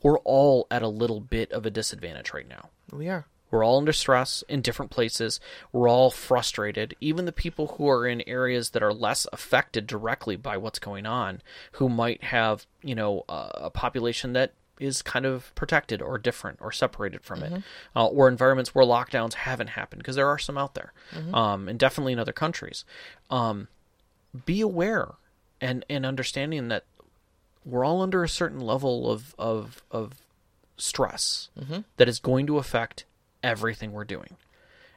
we're all at a little bit of a disadvantage right now We are. we're all under stress in different places. We're all frustrated. Even the people who are in areas that are less affected directly by what's going on, who might have, you know, a, a population that is kind of protected or different or separated from it, uh, or environments where lockdowns haven't happened, because there are some out there, um, and definitely in other countries. Um, be aware and and understanding that we're all under a certain level of of of stress that is going to affect everything we're doing.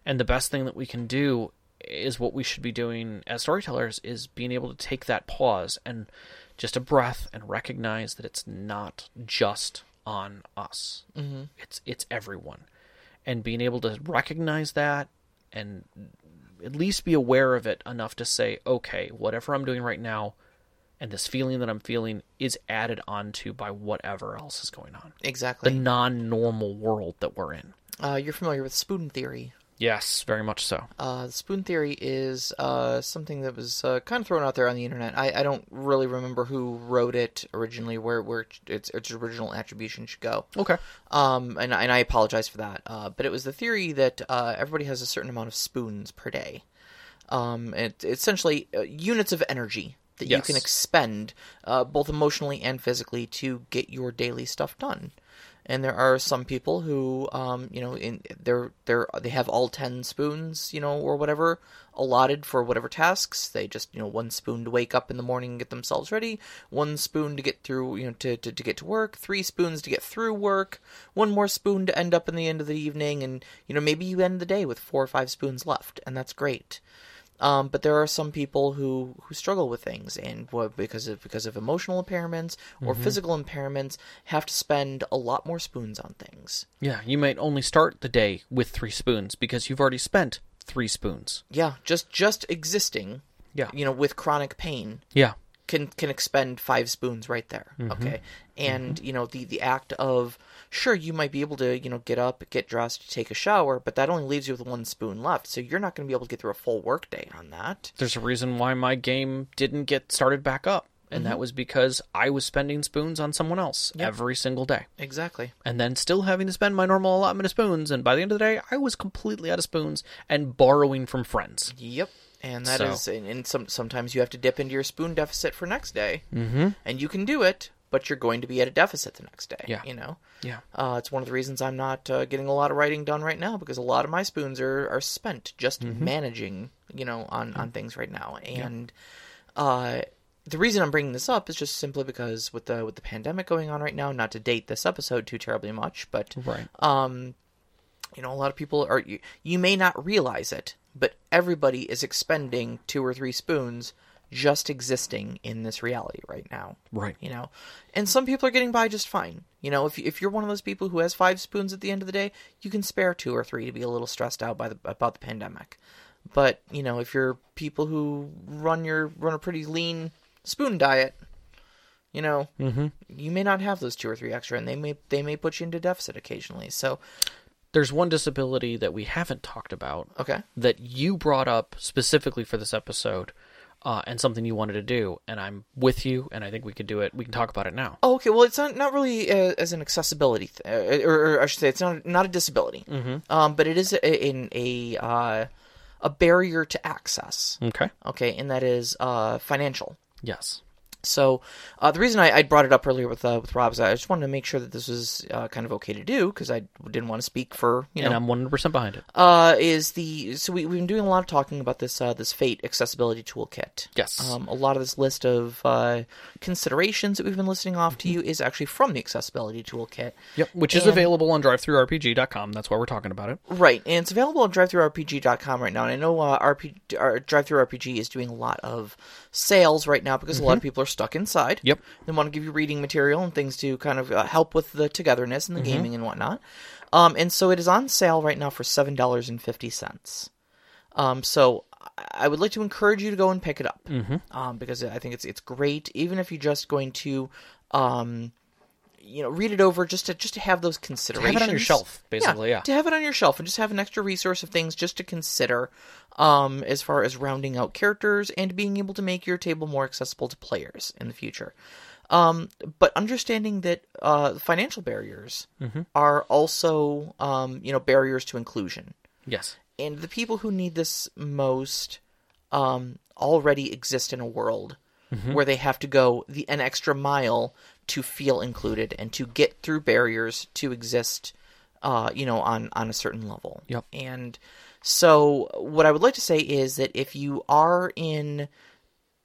And the best thing that we can do is what we should be doing as storytellers is being able to take that pause and just a breath and recognize that it's not just on us. Mm-hmm. It's it's everyone. And being able to recognize that and at least be aware of it enough to say, okay, whatever I'm doing right now and this feeling that I'm feeling is added onto by whatever else is going on. The Exactly. non normal world that we're in. Uh, you're familiar with spoon theory. Yes, very much so. Uh, spoon theory is uh, something that was uh, kind of thrown out there on the internet. I, I don't really remember who wrote it originally, where where its its original attribution should go. Okay. Um, and and I apologize for that. Uh, but it was the theory that uh, everybody has a certain amount of spoons per day. Um, it, essentially uh, units of energy that you Yes. can expend, uh, both emotionally and physically, to get your daily stuff done. And there are some people who, um, you know, in they're they're they have all ten spoons, you know, or whatever allotted for whatever tasks. They just, you know, one spoon to wake up in the morning and get themselves ready, one spoon to get through, you know, to to, to get to work, three spoons to get through work, one more spoon to end up in the end of the evening, and you know, maybe you end the day with four or five spoons left, and that's great. Um, but there are some people who, who struggle with things and what because of because of emotional impairments or physical impairments have to spend a lot more spoons on things. Yeah, you might only start the day with three spoons because you've already spent three spoons. Yeah, just just existing. Yeah. you know, with chronic pain Yeah. can can expend five spoons right there. Okay, and you know the the act of sure you might be able to you know get up, get dressed, take a shower, but that only leaves you with one spoon left. So you're not going to be able to get through a full workday on that. There's a reason why my game didn't get started back up. And that was because I was spending spoons on someone else every single day. Exactly. And then still having to spend my normal allotment of spoons. And by the end of the day, I was completely out of spoons and borrowing from friends. Yep. And that So- is, and, and some sometimes you have to dip into your spoon deficit for next day, mm-hmm. and you can do it, but you're going to be at a deficit the next day. Yeah. you know, Yeah. uh, it's one of the reasons I'm not uh, getting a lot of writing done right now because a lot of my spoons are are spent just Mm-hmm. managing, you know, on on things right now. And uh, the reason I'm bringing this up is just simply because with the with the pandemic going on right now, not to date this episode too terribly much, but Right. Uh, um, you know, a lot of people are. You, you may not realize it, but everybody is expending two or three spoons just existing in this reality right now. Right. You know, and some people are getting by just fine. You know, if if you're one of those people who has five spoons at the end of the day, you can spare two or three to be a little stressed out by the about the pandemic. But you know, if you're people who run your run a pretty lean spoon diet, you know, you may not have those two or three extra, and they may they may put you into deficit occasionally. So There's one disability that we haven't talked about uh, okay, that you brought up specifically for this episode uh, and something you wanted to do. And I'm with you, and I think we could do it. We can talk about it now. oh, okay. Well, it's not not really uh, as an accessibility, th- uh, or, or I should say, it's not not a disability, mm-hmm. um, but it is a, in a uh, a barrier to access. Okay. Okay, and that is uh, financial. Yes. So uh, the reason I, I brought it up earlier with uh, with Rob is I just wanted to make sure that this was uh, kind of okay to do because I didn't want to speak for you know And I'm 100% behind it. uh, is the so we, we've been doing a lot of talking about this uh, this fate accessibility toolkit. Yes. Um, a lot of this list of uh, considerations that we've been listening off to you is actually from the accessibility toolkit. Yep. Which is And- available on drivethroughrpg.com. That's why we're talking about it. Right, and it's available on drivethroughrpg.com right now. And I know uh, RP, uh, DriveThruRPG is doing a lot of sales right now because a lot of people are stuck inside. Mm-hmm. Yep. They want to give you reading material and things to kind of uh, help with the togetherness Mm-hmm. and the gaming and whatnot. Um, and so it is on sale right now for seven dollars and fifty cents. Um, so I- I would like Mm-hmm. to encourage you to go and pick it up um, because I think it's it's great. Even if you're just going to um, you know, read it over just to just to have those have considerations it on your shelf, basically. Yeah. to have it on your shelf and just have an extra resource of things just to consider um, as far as rounding out characters and being able to make your table more accessible to players in the future. Um, but understanding that uh, financial barriers Mm-hmm. are also um, you know barriers to inclusion, Yes. and the people who need this most um, already exist in a world where they have to go the an extra mile to feel included and to get through barriers to exist uh, you know on on a certain level Yep. and so what i would like to say is that if you are in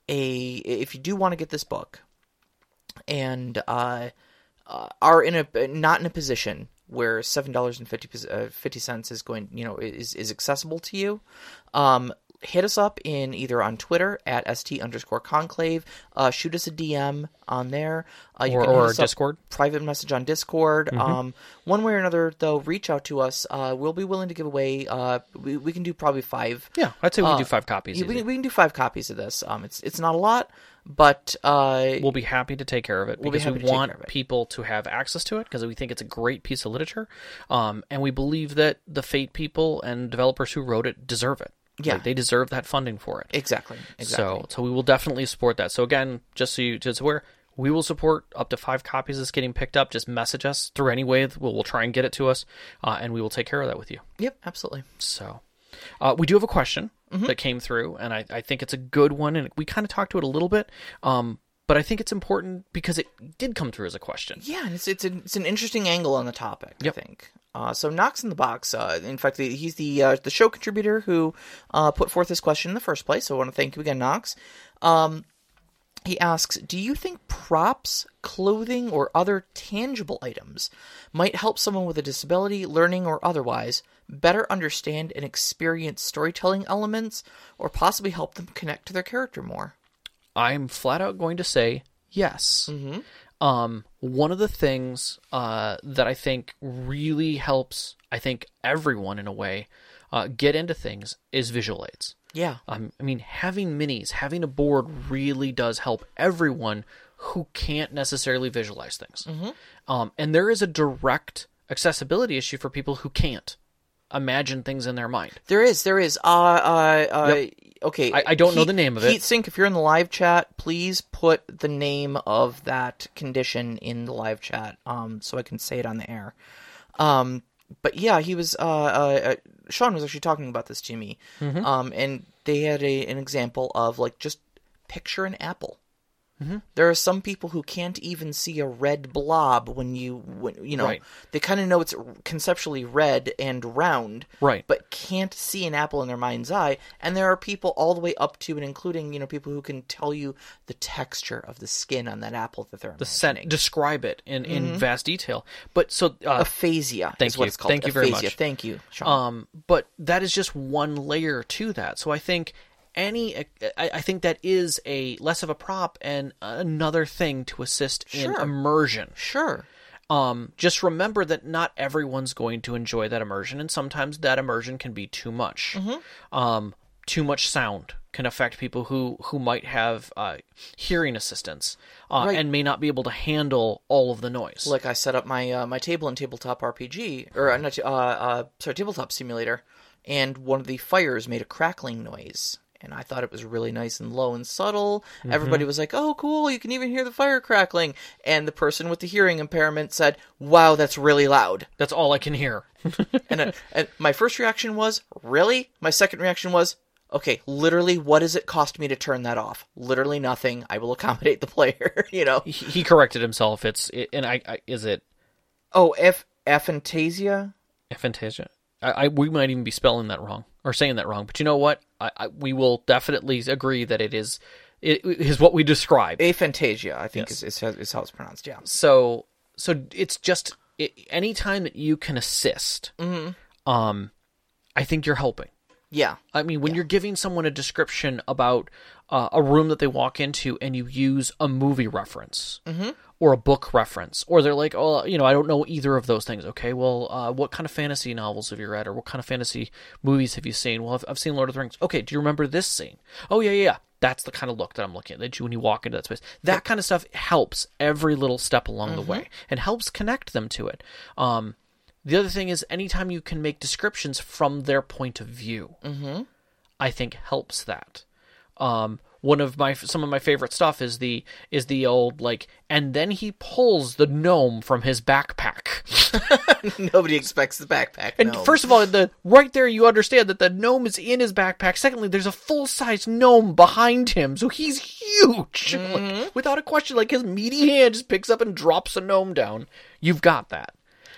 a if you do want to get this book and uh, uh, are in a not in a position where seven dollars and fifty cents is going you know is is accessible to you, um, hit us up in either on Twitter at st underscore conclave, uh, shoot us a DM on there, uh, you Or, can hit or us up- Discord. Mm-hmm. private message on Discord. Um, one way or another, though, reach out to us. Uh, we'll be willing to give away. Uh, we, we can do probably five Yeah. I'd say we Uh, do five copies. yeah, we, easy. can- we can do five copies of this. Um, it's it's not a lot, but uh, We'll be happy to take care of it be because we happy to take want care of it. people to have access to it because we think it's a great piece of literature, um, and we believe that the Fate people and developers who wrote it deserve it. Yeah. Like, they deserve that funding for it. exactly, exactly. So, so we will definitely support that. So again, just so you just aware, we will support up to five copies that's getting picked up. Just message us through any way. We'll, we'll try and get it to us, uh, and we will take care of that with you. Yep, absolutely. So, uh, we do have a question that came through, and I, I think it's a good one, and we kind of talked to it a little bit, um, but I think it's important because it did come through as a question. Yeah, and it's it's an, it's an interesting angle on the topic. Yep. I think. Uh, so Knox in the box. Uh, in fact, the, he's the uh, the show contributor who uh, put forth this question in the first place. So I want to thank you again, Knox. Um, he asks, "Do you think props, clothing, or other tangible items might help someone with a disability, learning or otherwise, better understand and experience storytelling elements, or possibly help them connect to their character more?" I'm flat out going to say yes. Um, one of the things uh, that I think really helps, I think everyone in a way, uh, get into things is visual aids. Yeah, Um, I mean, having minis, having a board really does help everyone who can't necessarily visualize things. Um, and there is a direct accessibility issue for people who can't imagine things in their mind. There is, there is. Uh, uh, uh okay. I- I don't know the name of it. Heatsink, if you're in the live chat, please put the name of that condition in the live chat, um, so I can say it on the air. Um, but yeah, he was. Uh, uh, uh, Sean was actually talking about this to me, Mm-hmm. um, and they had a, an example of like just picture an apple. Mm-hmm. There are some people who can't even see a red blob when you when you know Right. they kind of know it's conceptually red and round, Right. but can't see an apple in their mind's eye. And there are people all the way up to and including, you know, people who can tell you the texture of the skin on that apple that they're The scent, describe it in, in vast detail. But so uh, aphasia Thank is what you. it's called. Thank you very Aphasia. much. Thank you, Sean. Um, but that is just one layer to that. So I think any, I, I think that is a less of a prop and another thing to assist in Sure. immersion. sure. Um, just remember that not everyone's going to enjoy that immersion, and sometimes that immersion can be too much. Mm-hmm. Um, too much sound can affect people who who might have uh, hearing assistance uh, Right. and may not be able to handle all of the noise. Like I set up my uh, my table in tabletop RPG or uh, not uh, uh sorry tabletop simulator, and one of the fires made a crackling noise. And I thought it was really nice and low and subtle. Mm-hmm. Everybody was like, "Oh, cool! You can even hear the fire crackling." And the person with the hearing impairment said, "Wow, that's really loud." That's all I can hear. and, I- and my first reaction was really my second reaction was okay literally what does it cost me to turn that off literally nothing i will accommodate the player you know he, he corrected himself. It's it, and I, I is it oh f aphantasia Fantasia. I, I we might even be spelling that wrong or saying that wrong, but you know what? I, I we will definitely agree that it is it, it is what we describe. aphantasia i think is, is, is how it's pronounced yeah so so it's just it, any time that you can assist, um, I think you're helping. yeah I mean, when you're giving someone a description about uh, a room that they walk into and you use a movie reference or a book reference, or they're like, oh, you know, I don't know either of those things. Okay, well, uh, what kind of fantasy novels have you read or what kind of fantasy movies have you seen? Well, I've, I've seen Lord of the Rings. Okay, do you remember this scene? Oh, yeah, yeah, yeah. That's the kind of look that I'm looking at that you when you walk into that space. That kind of stuff helps every little step along the way and helps connect them to it. Um, the other thing is anytime you can make descriptions from their point of view, I think helps that. Um, one of my some of my favorite stuff is the is the old like and then he pulls the gnome from his backpack. Nobody expects the backpack. And no. first of all, the right there you understand that the gnome is in his backpack. Secondly, there's a full size gnome behind him, so he's huge. Like, without a question, like his meaty hand just picks up and drops a gnome down. You've got that.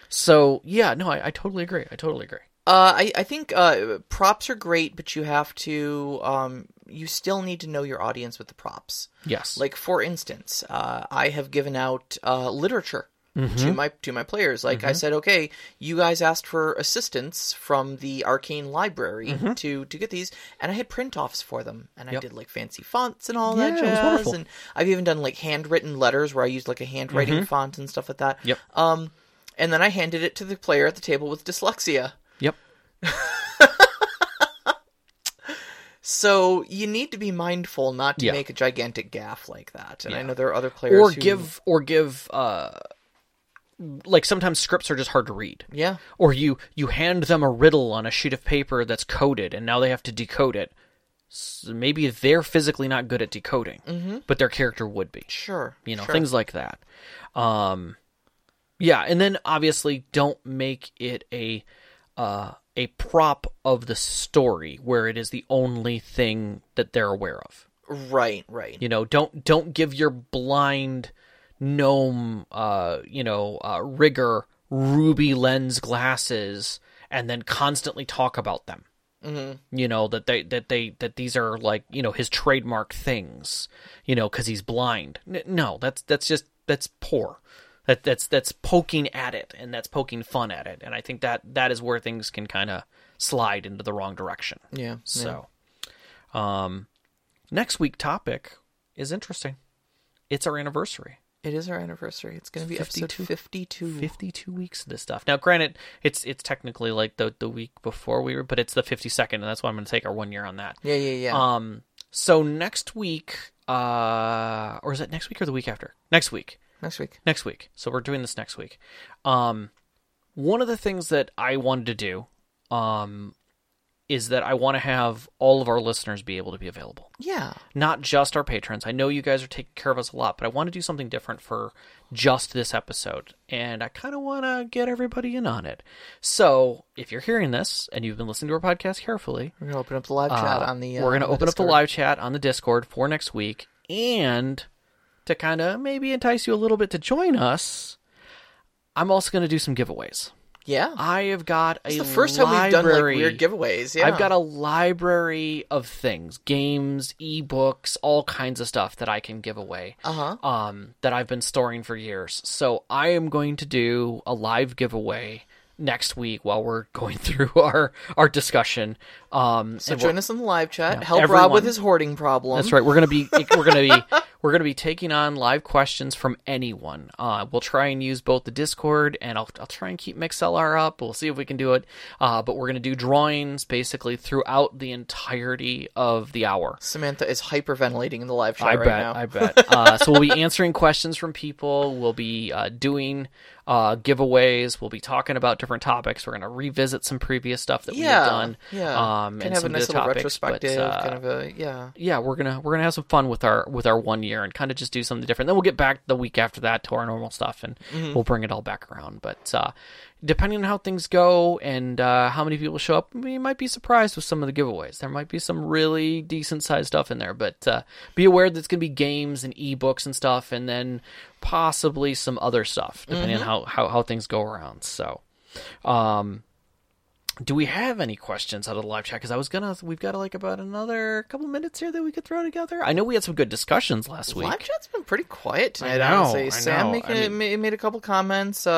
So yeah, no, I, I totally agree. I totally agree. Uh, I, I think uh, props are great, but you have to, um, you still need to know your audience with the props. Yes. Like for instance, uh, I have given out uh, literature Mm-hmm. to my to my players. Like I said, okay, you guys asked for assistance from the arcane library Mm-hmm. to to get these, and I had print offs for them, and I did like fancy fonts and all that Yeah, it was jazz. wonderful. And I've even done like handwritten letters where I used like a handwriting font and stuff like that. Mm-hmm. Yep. Um, and then I handed it to the player at the table with dyslexia. yep. So you need to be mindful not to Yeah. make a gigantic gaff like that. And I Yeah. know there are other players Or who, give or give uh like sometimes scripts are just hard to read. yeah. or you you hand them a riddle on a sheet of paper that's coded and now they have to decode it S maybe they're physically not good at decoding but their character would be Sure. you know sure. things like that um yeah and then obviously don't make it a uh a prop of the story where it is the only thing that they're aware of Right, right. you know don't don't give your blind gnome uh you know uh rigor ruby lens glasses and then constantly talk about them mm-hmm. you know that they that they that these are like you know his trademark things you know because he's blind N- no that's that's just that's poor that that's that's poking at it and that's poking fun at it and i think that that is where things can kind of slide into the wrong direction Yeah. so, um, next week topic is interesting. It's our anniversary. It is our anniversary. It's going to be episode 52. 52 weeks of this stuff. Now, granted, it's it's technically like the the week before we were, but it's the 52nd, and that's why I'm going to take our one year on that. Yeah, yeah, yeah. Um, so next week, uh, or is that next week or the week after? Next week. Next week. next week. So we're doing this next week. Um, one of the things that I wanted to do, um, is that I want to have all of our listeners be able to be available, Yeah. not just our patrons. I know you guys are taking care of us a lot, but I want to do something different for just this episode, and I kind of want to get everybody in on it. So if you're hearing this and you've been listening to our podcast carefully, We're going to open up the live chat uh, on the. Uh, we're going to on the open up the Discord. live chat on the Discord for next week, and to kind of maybe entice you a little bit to join us, I'm also going to do some giveaways. Yeah. I have got a It's the first time library. we've done like weird giveaways. Yeah. I've got a library of things, games, ebooks, all kinds of stuff that I can give away. Uh-huh. Um, that I've been storing for years. So I am going to do a live giveaway next week while we're going through our our discussion. Um, So and we'll- join us in the live chat. Help Rob everyone- with his hoarding problem. that's right. We're gonna be we're gonna be we're gonna be taking on live questions from anyone. Uh, we'll try and use both the Discord and I'll I'll try and keep MixLR up. We'll see if we can do it. Uh, but we're gonna do drawings basically throughout the entirety of the hour. Samantha is hyperventilating in the live chat I right bet. now. I bet. Uh, so we'll be answering questions from people. We'll be uh, doing uh, giveaways. We'll be talking about different topics. We're going to revisit some previous stuff that yeah. we've done. Yeah. Um, Can and have some a of nice the little topics, but, retrospective. uh, kind of a. Yeah. yeah, we're gonna we're gonna have some fun with our with our one year and kind of just do something different. Then we'll get back the week after that to our normal stuff, and we'll bring it all back around. But uh, depending on how things go and uh, how many people show up, we might be surprised with some of the giveaways. There might be some really decent sized stuff in there, but uh, be aware that it's gonna be games and ebooks and stuff, and then possibly some other stuff depending on how, how how things go around. So. Um, do we have any questions out of the live chat? Because I was gonna, we've got like about another couple minutes here that we could throw together. I know we had some good discussions last week. Live chat's been pretty quiet tonight. know, honestly, I Sam know. making I it- ma- made a couple comments. Uh,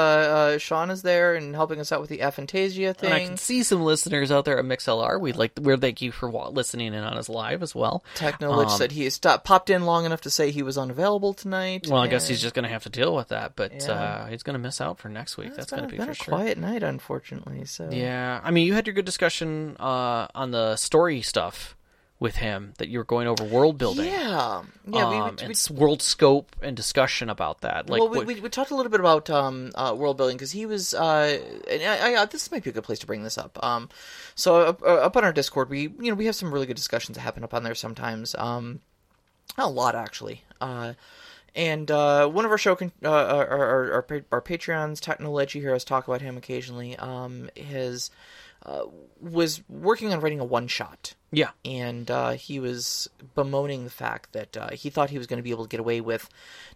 uh, Sean is there and helping us out with the aphantasia thing. And I can see some listeners out there at MixLR. We'd like, we're thank you for wa- listening in on us live as well. Techno Um, Lich said he stopped, popped in long enough to say he was unavailable tonight. Well, I guess and he's just gonna have to deal with that, but Yeah. uh, he's gonna miss out for next week. it's That's been, gonna a- be been for a sure. quiet night, unfortunately. So Yeah, I mean, you had your good discussion uh, on the story stuff with him that you were going over world building. Yeah, yeah. we, um, we, and we, s- world scope and discussion about that. Like, well, we, what- we, we talked a little bit about um, uh, world building because he was, uh, and I, I, this might be a good place to bring this up. Um, so up, uh, up on our Discord, we you know we have some really good discussions that happen up on there sometimes. Um, a lot actually. Uh, and uh, one of our show con- uh, our, our, our, pa- our Patreons, Technology Heroes, talk about him occasionally. Um, his uh, was working on writing a one shot yeah, and uh, he was bemoaning the fact that uh, he thought he was going to be able to get away with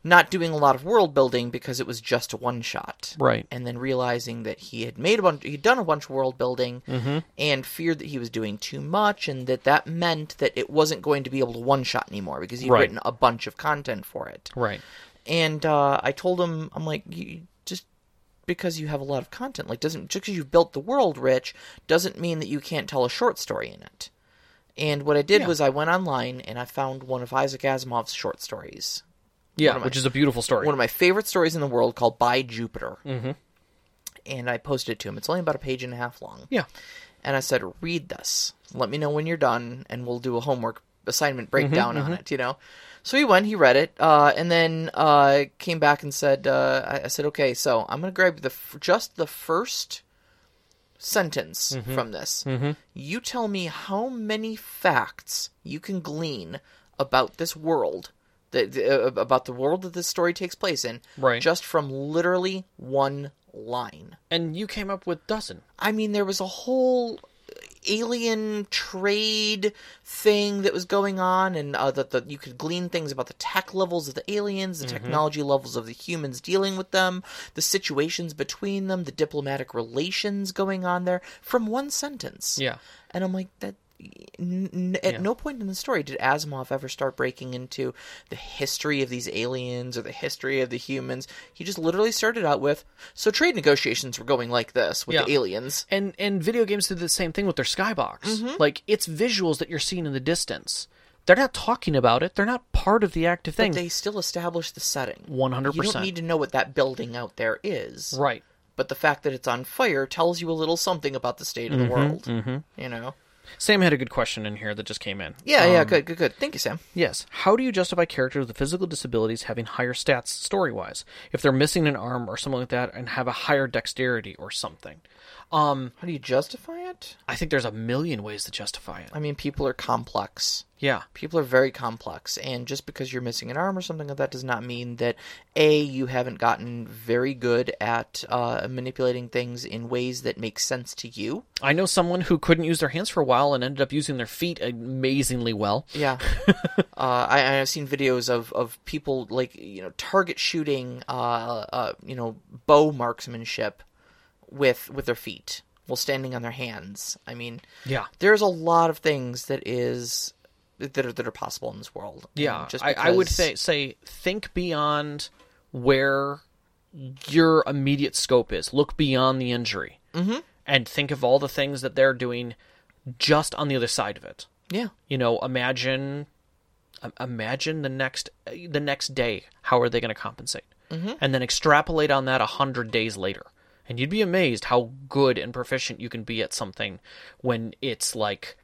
not doing a lot of world building because it was just a one shot. right. And then realizing that he had made a bunch, he'd done a bunch of world building, Mm-hmm. and feared that he was doing too much, and that that meant that it wasn't going to be able to one shot anymore because he'd Right. written a bunch of content for it. Right. And uh, I told him, I'm like, you, just because you have a lot of content, like doesn't just because you've built the world rich doesn't mean that you can't tell a short story in it. And what I did was I went online and I found one of Isaac Asimov's short stories, Yeah, which is a beautiful story. one of my favorite stories in the world called "By Jupiter," mm-hmm. and I posted it to him. It's only about a page and a half long. yeah. And I said, "Read this. Let me know when you're done, and we'll do a homework assignment breakdown on it." You know. So he went. He read it, uh, and then uh, came back and said, uh, I, "I said, okay, so I'm going to grab the f- just the first sentence from this. You tell me how many facts you can glean about this world." That, the- uh, about the world that this story takes place in, Right. just from literally one line. And you came up with dozen. I mean, there was a whole alien trade thing that was going on, and uh, that the, you could glean things about the tech levels of the aliens, the technology levels of the humans dealing with them, the situations between them, the diplomatic relations going on there from one sentence. Yeah. And I'm like, that. N- n- at no point in the story did Asimov ever start breaking into the history of these aliens or the history of the humans. He just literally started out with so trade negotiations were going like this with the Yeah. aliens. And and video games do the same thing with their skybox. Like it's visuals that you're seeing in the distance. They're not talking about it. They're not part of the active thing. They still establish the setting. One hundred You don't need percent. to know what that building out there is, Right. but the fact that it's on fire tells you a little something about the state of the world. Mm-hmm. You know? Sam had a good question in here that just came in. Yeah, yeah, good, good, good. Thank you, Sam. Yes. How do you justify characters with physical disabilities having higher stats story wise? If they're missing an arm or something like that and have a higher dexterity or something? Um, How do you justify it? I think there's a million ways to justify it. I mean, people are complex. Yeah. People are very complex, and just because you're missing an arm or something like that does not mean that a you haven't gotten very good at uh, manipulating things in ways that make sense to you. I know someone who couldn't use their hands for a while and ended up using their feet amazingly well. Yeah, uh, I, I've seen videos of, of people like you know target shooting, uh, uh, you know bow marksmanship with with their feet while standing on their hands. I mean, Yeah. there's a lot of things that is that are that are possible in this world. And Yeah. I, I would because- say, say, think beyond where your immediate scope is. Look beyond the injury. Mm-hmm. And think of all the things that they're doing just on the other side of it. yeah. you know imagine im- imagine the next the next day how are they going to compensate mm-hmm. and then extrapolate on that 100 days later and you'd be amazed how good and proficient you can be at something when it's like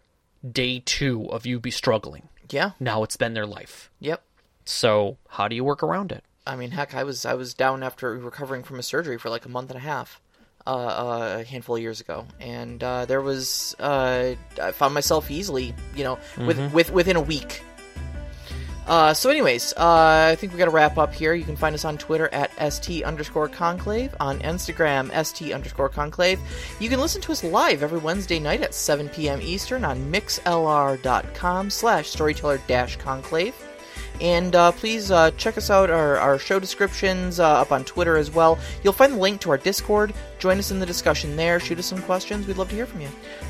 day 2 of you be struggling Yeah. now it's been their life Yep. so how do you work around it I mean, heck, I was I was down after recovering from a surgery for like a month and a half, uh, uh, a handful of years ago, and uh, there was uh, I found myself easily, you know, with with within a week. Uh, so, anyways, uh, I think we got to wrap up here. You can find us on Twitter at st underscore conclave, on Instagram st underscore conclave. You can listen to us live every Wednesday night at 7 p.m. Eastern on mixlr.com slash storyteller dash conclave. And uh, please uh, check us out, our, our show descriptions uh, up on Twitter as well. You'll find the link to our Discord. Join us in the discussion there. Shoot us some questions. We'd love to hear from you.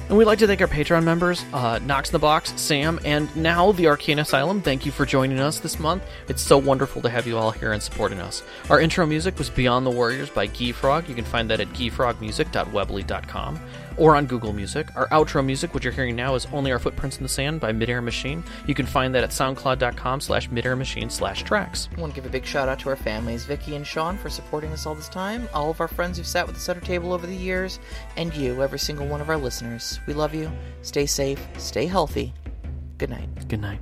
And we'd like to thank our Patreon members, uh, Knox in the Box, Sam, and now the Arcane Asylum. Thank you for joining us this month. It's so wonderful to have you all here and supporting us. Our intro music was Beyond the Warriors by Geefrog. You can find that at geefrogmusic.webly.com or on Google Music. Our outro music, which you're hearing now, is Only Our Footprints in the Sand by Midair Machine. You can find that at soundcloud.com slash midair machine slash tracks. I want to give a big shout out to our families, Vicky and Sean, for supporting us all this time, all of our friends who've sat with us at our table over the years, and you, every single one of our listeners. We love you. Stay safe. Stay healthy. Good night. Good night.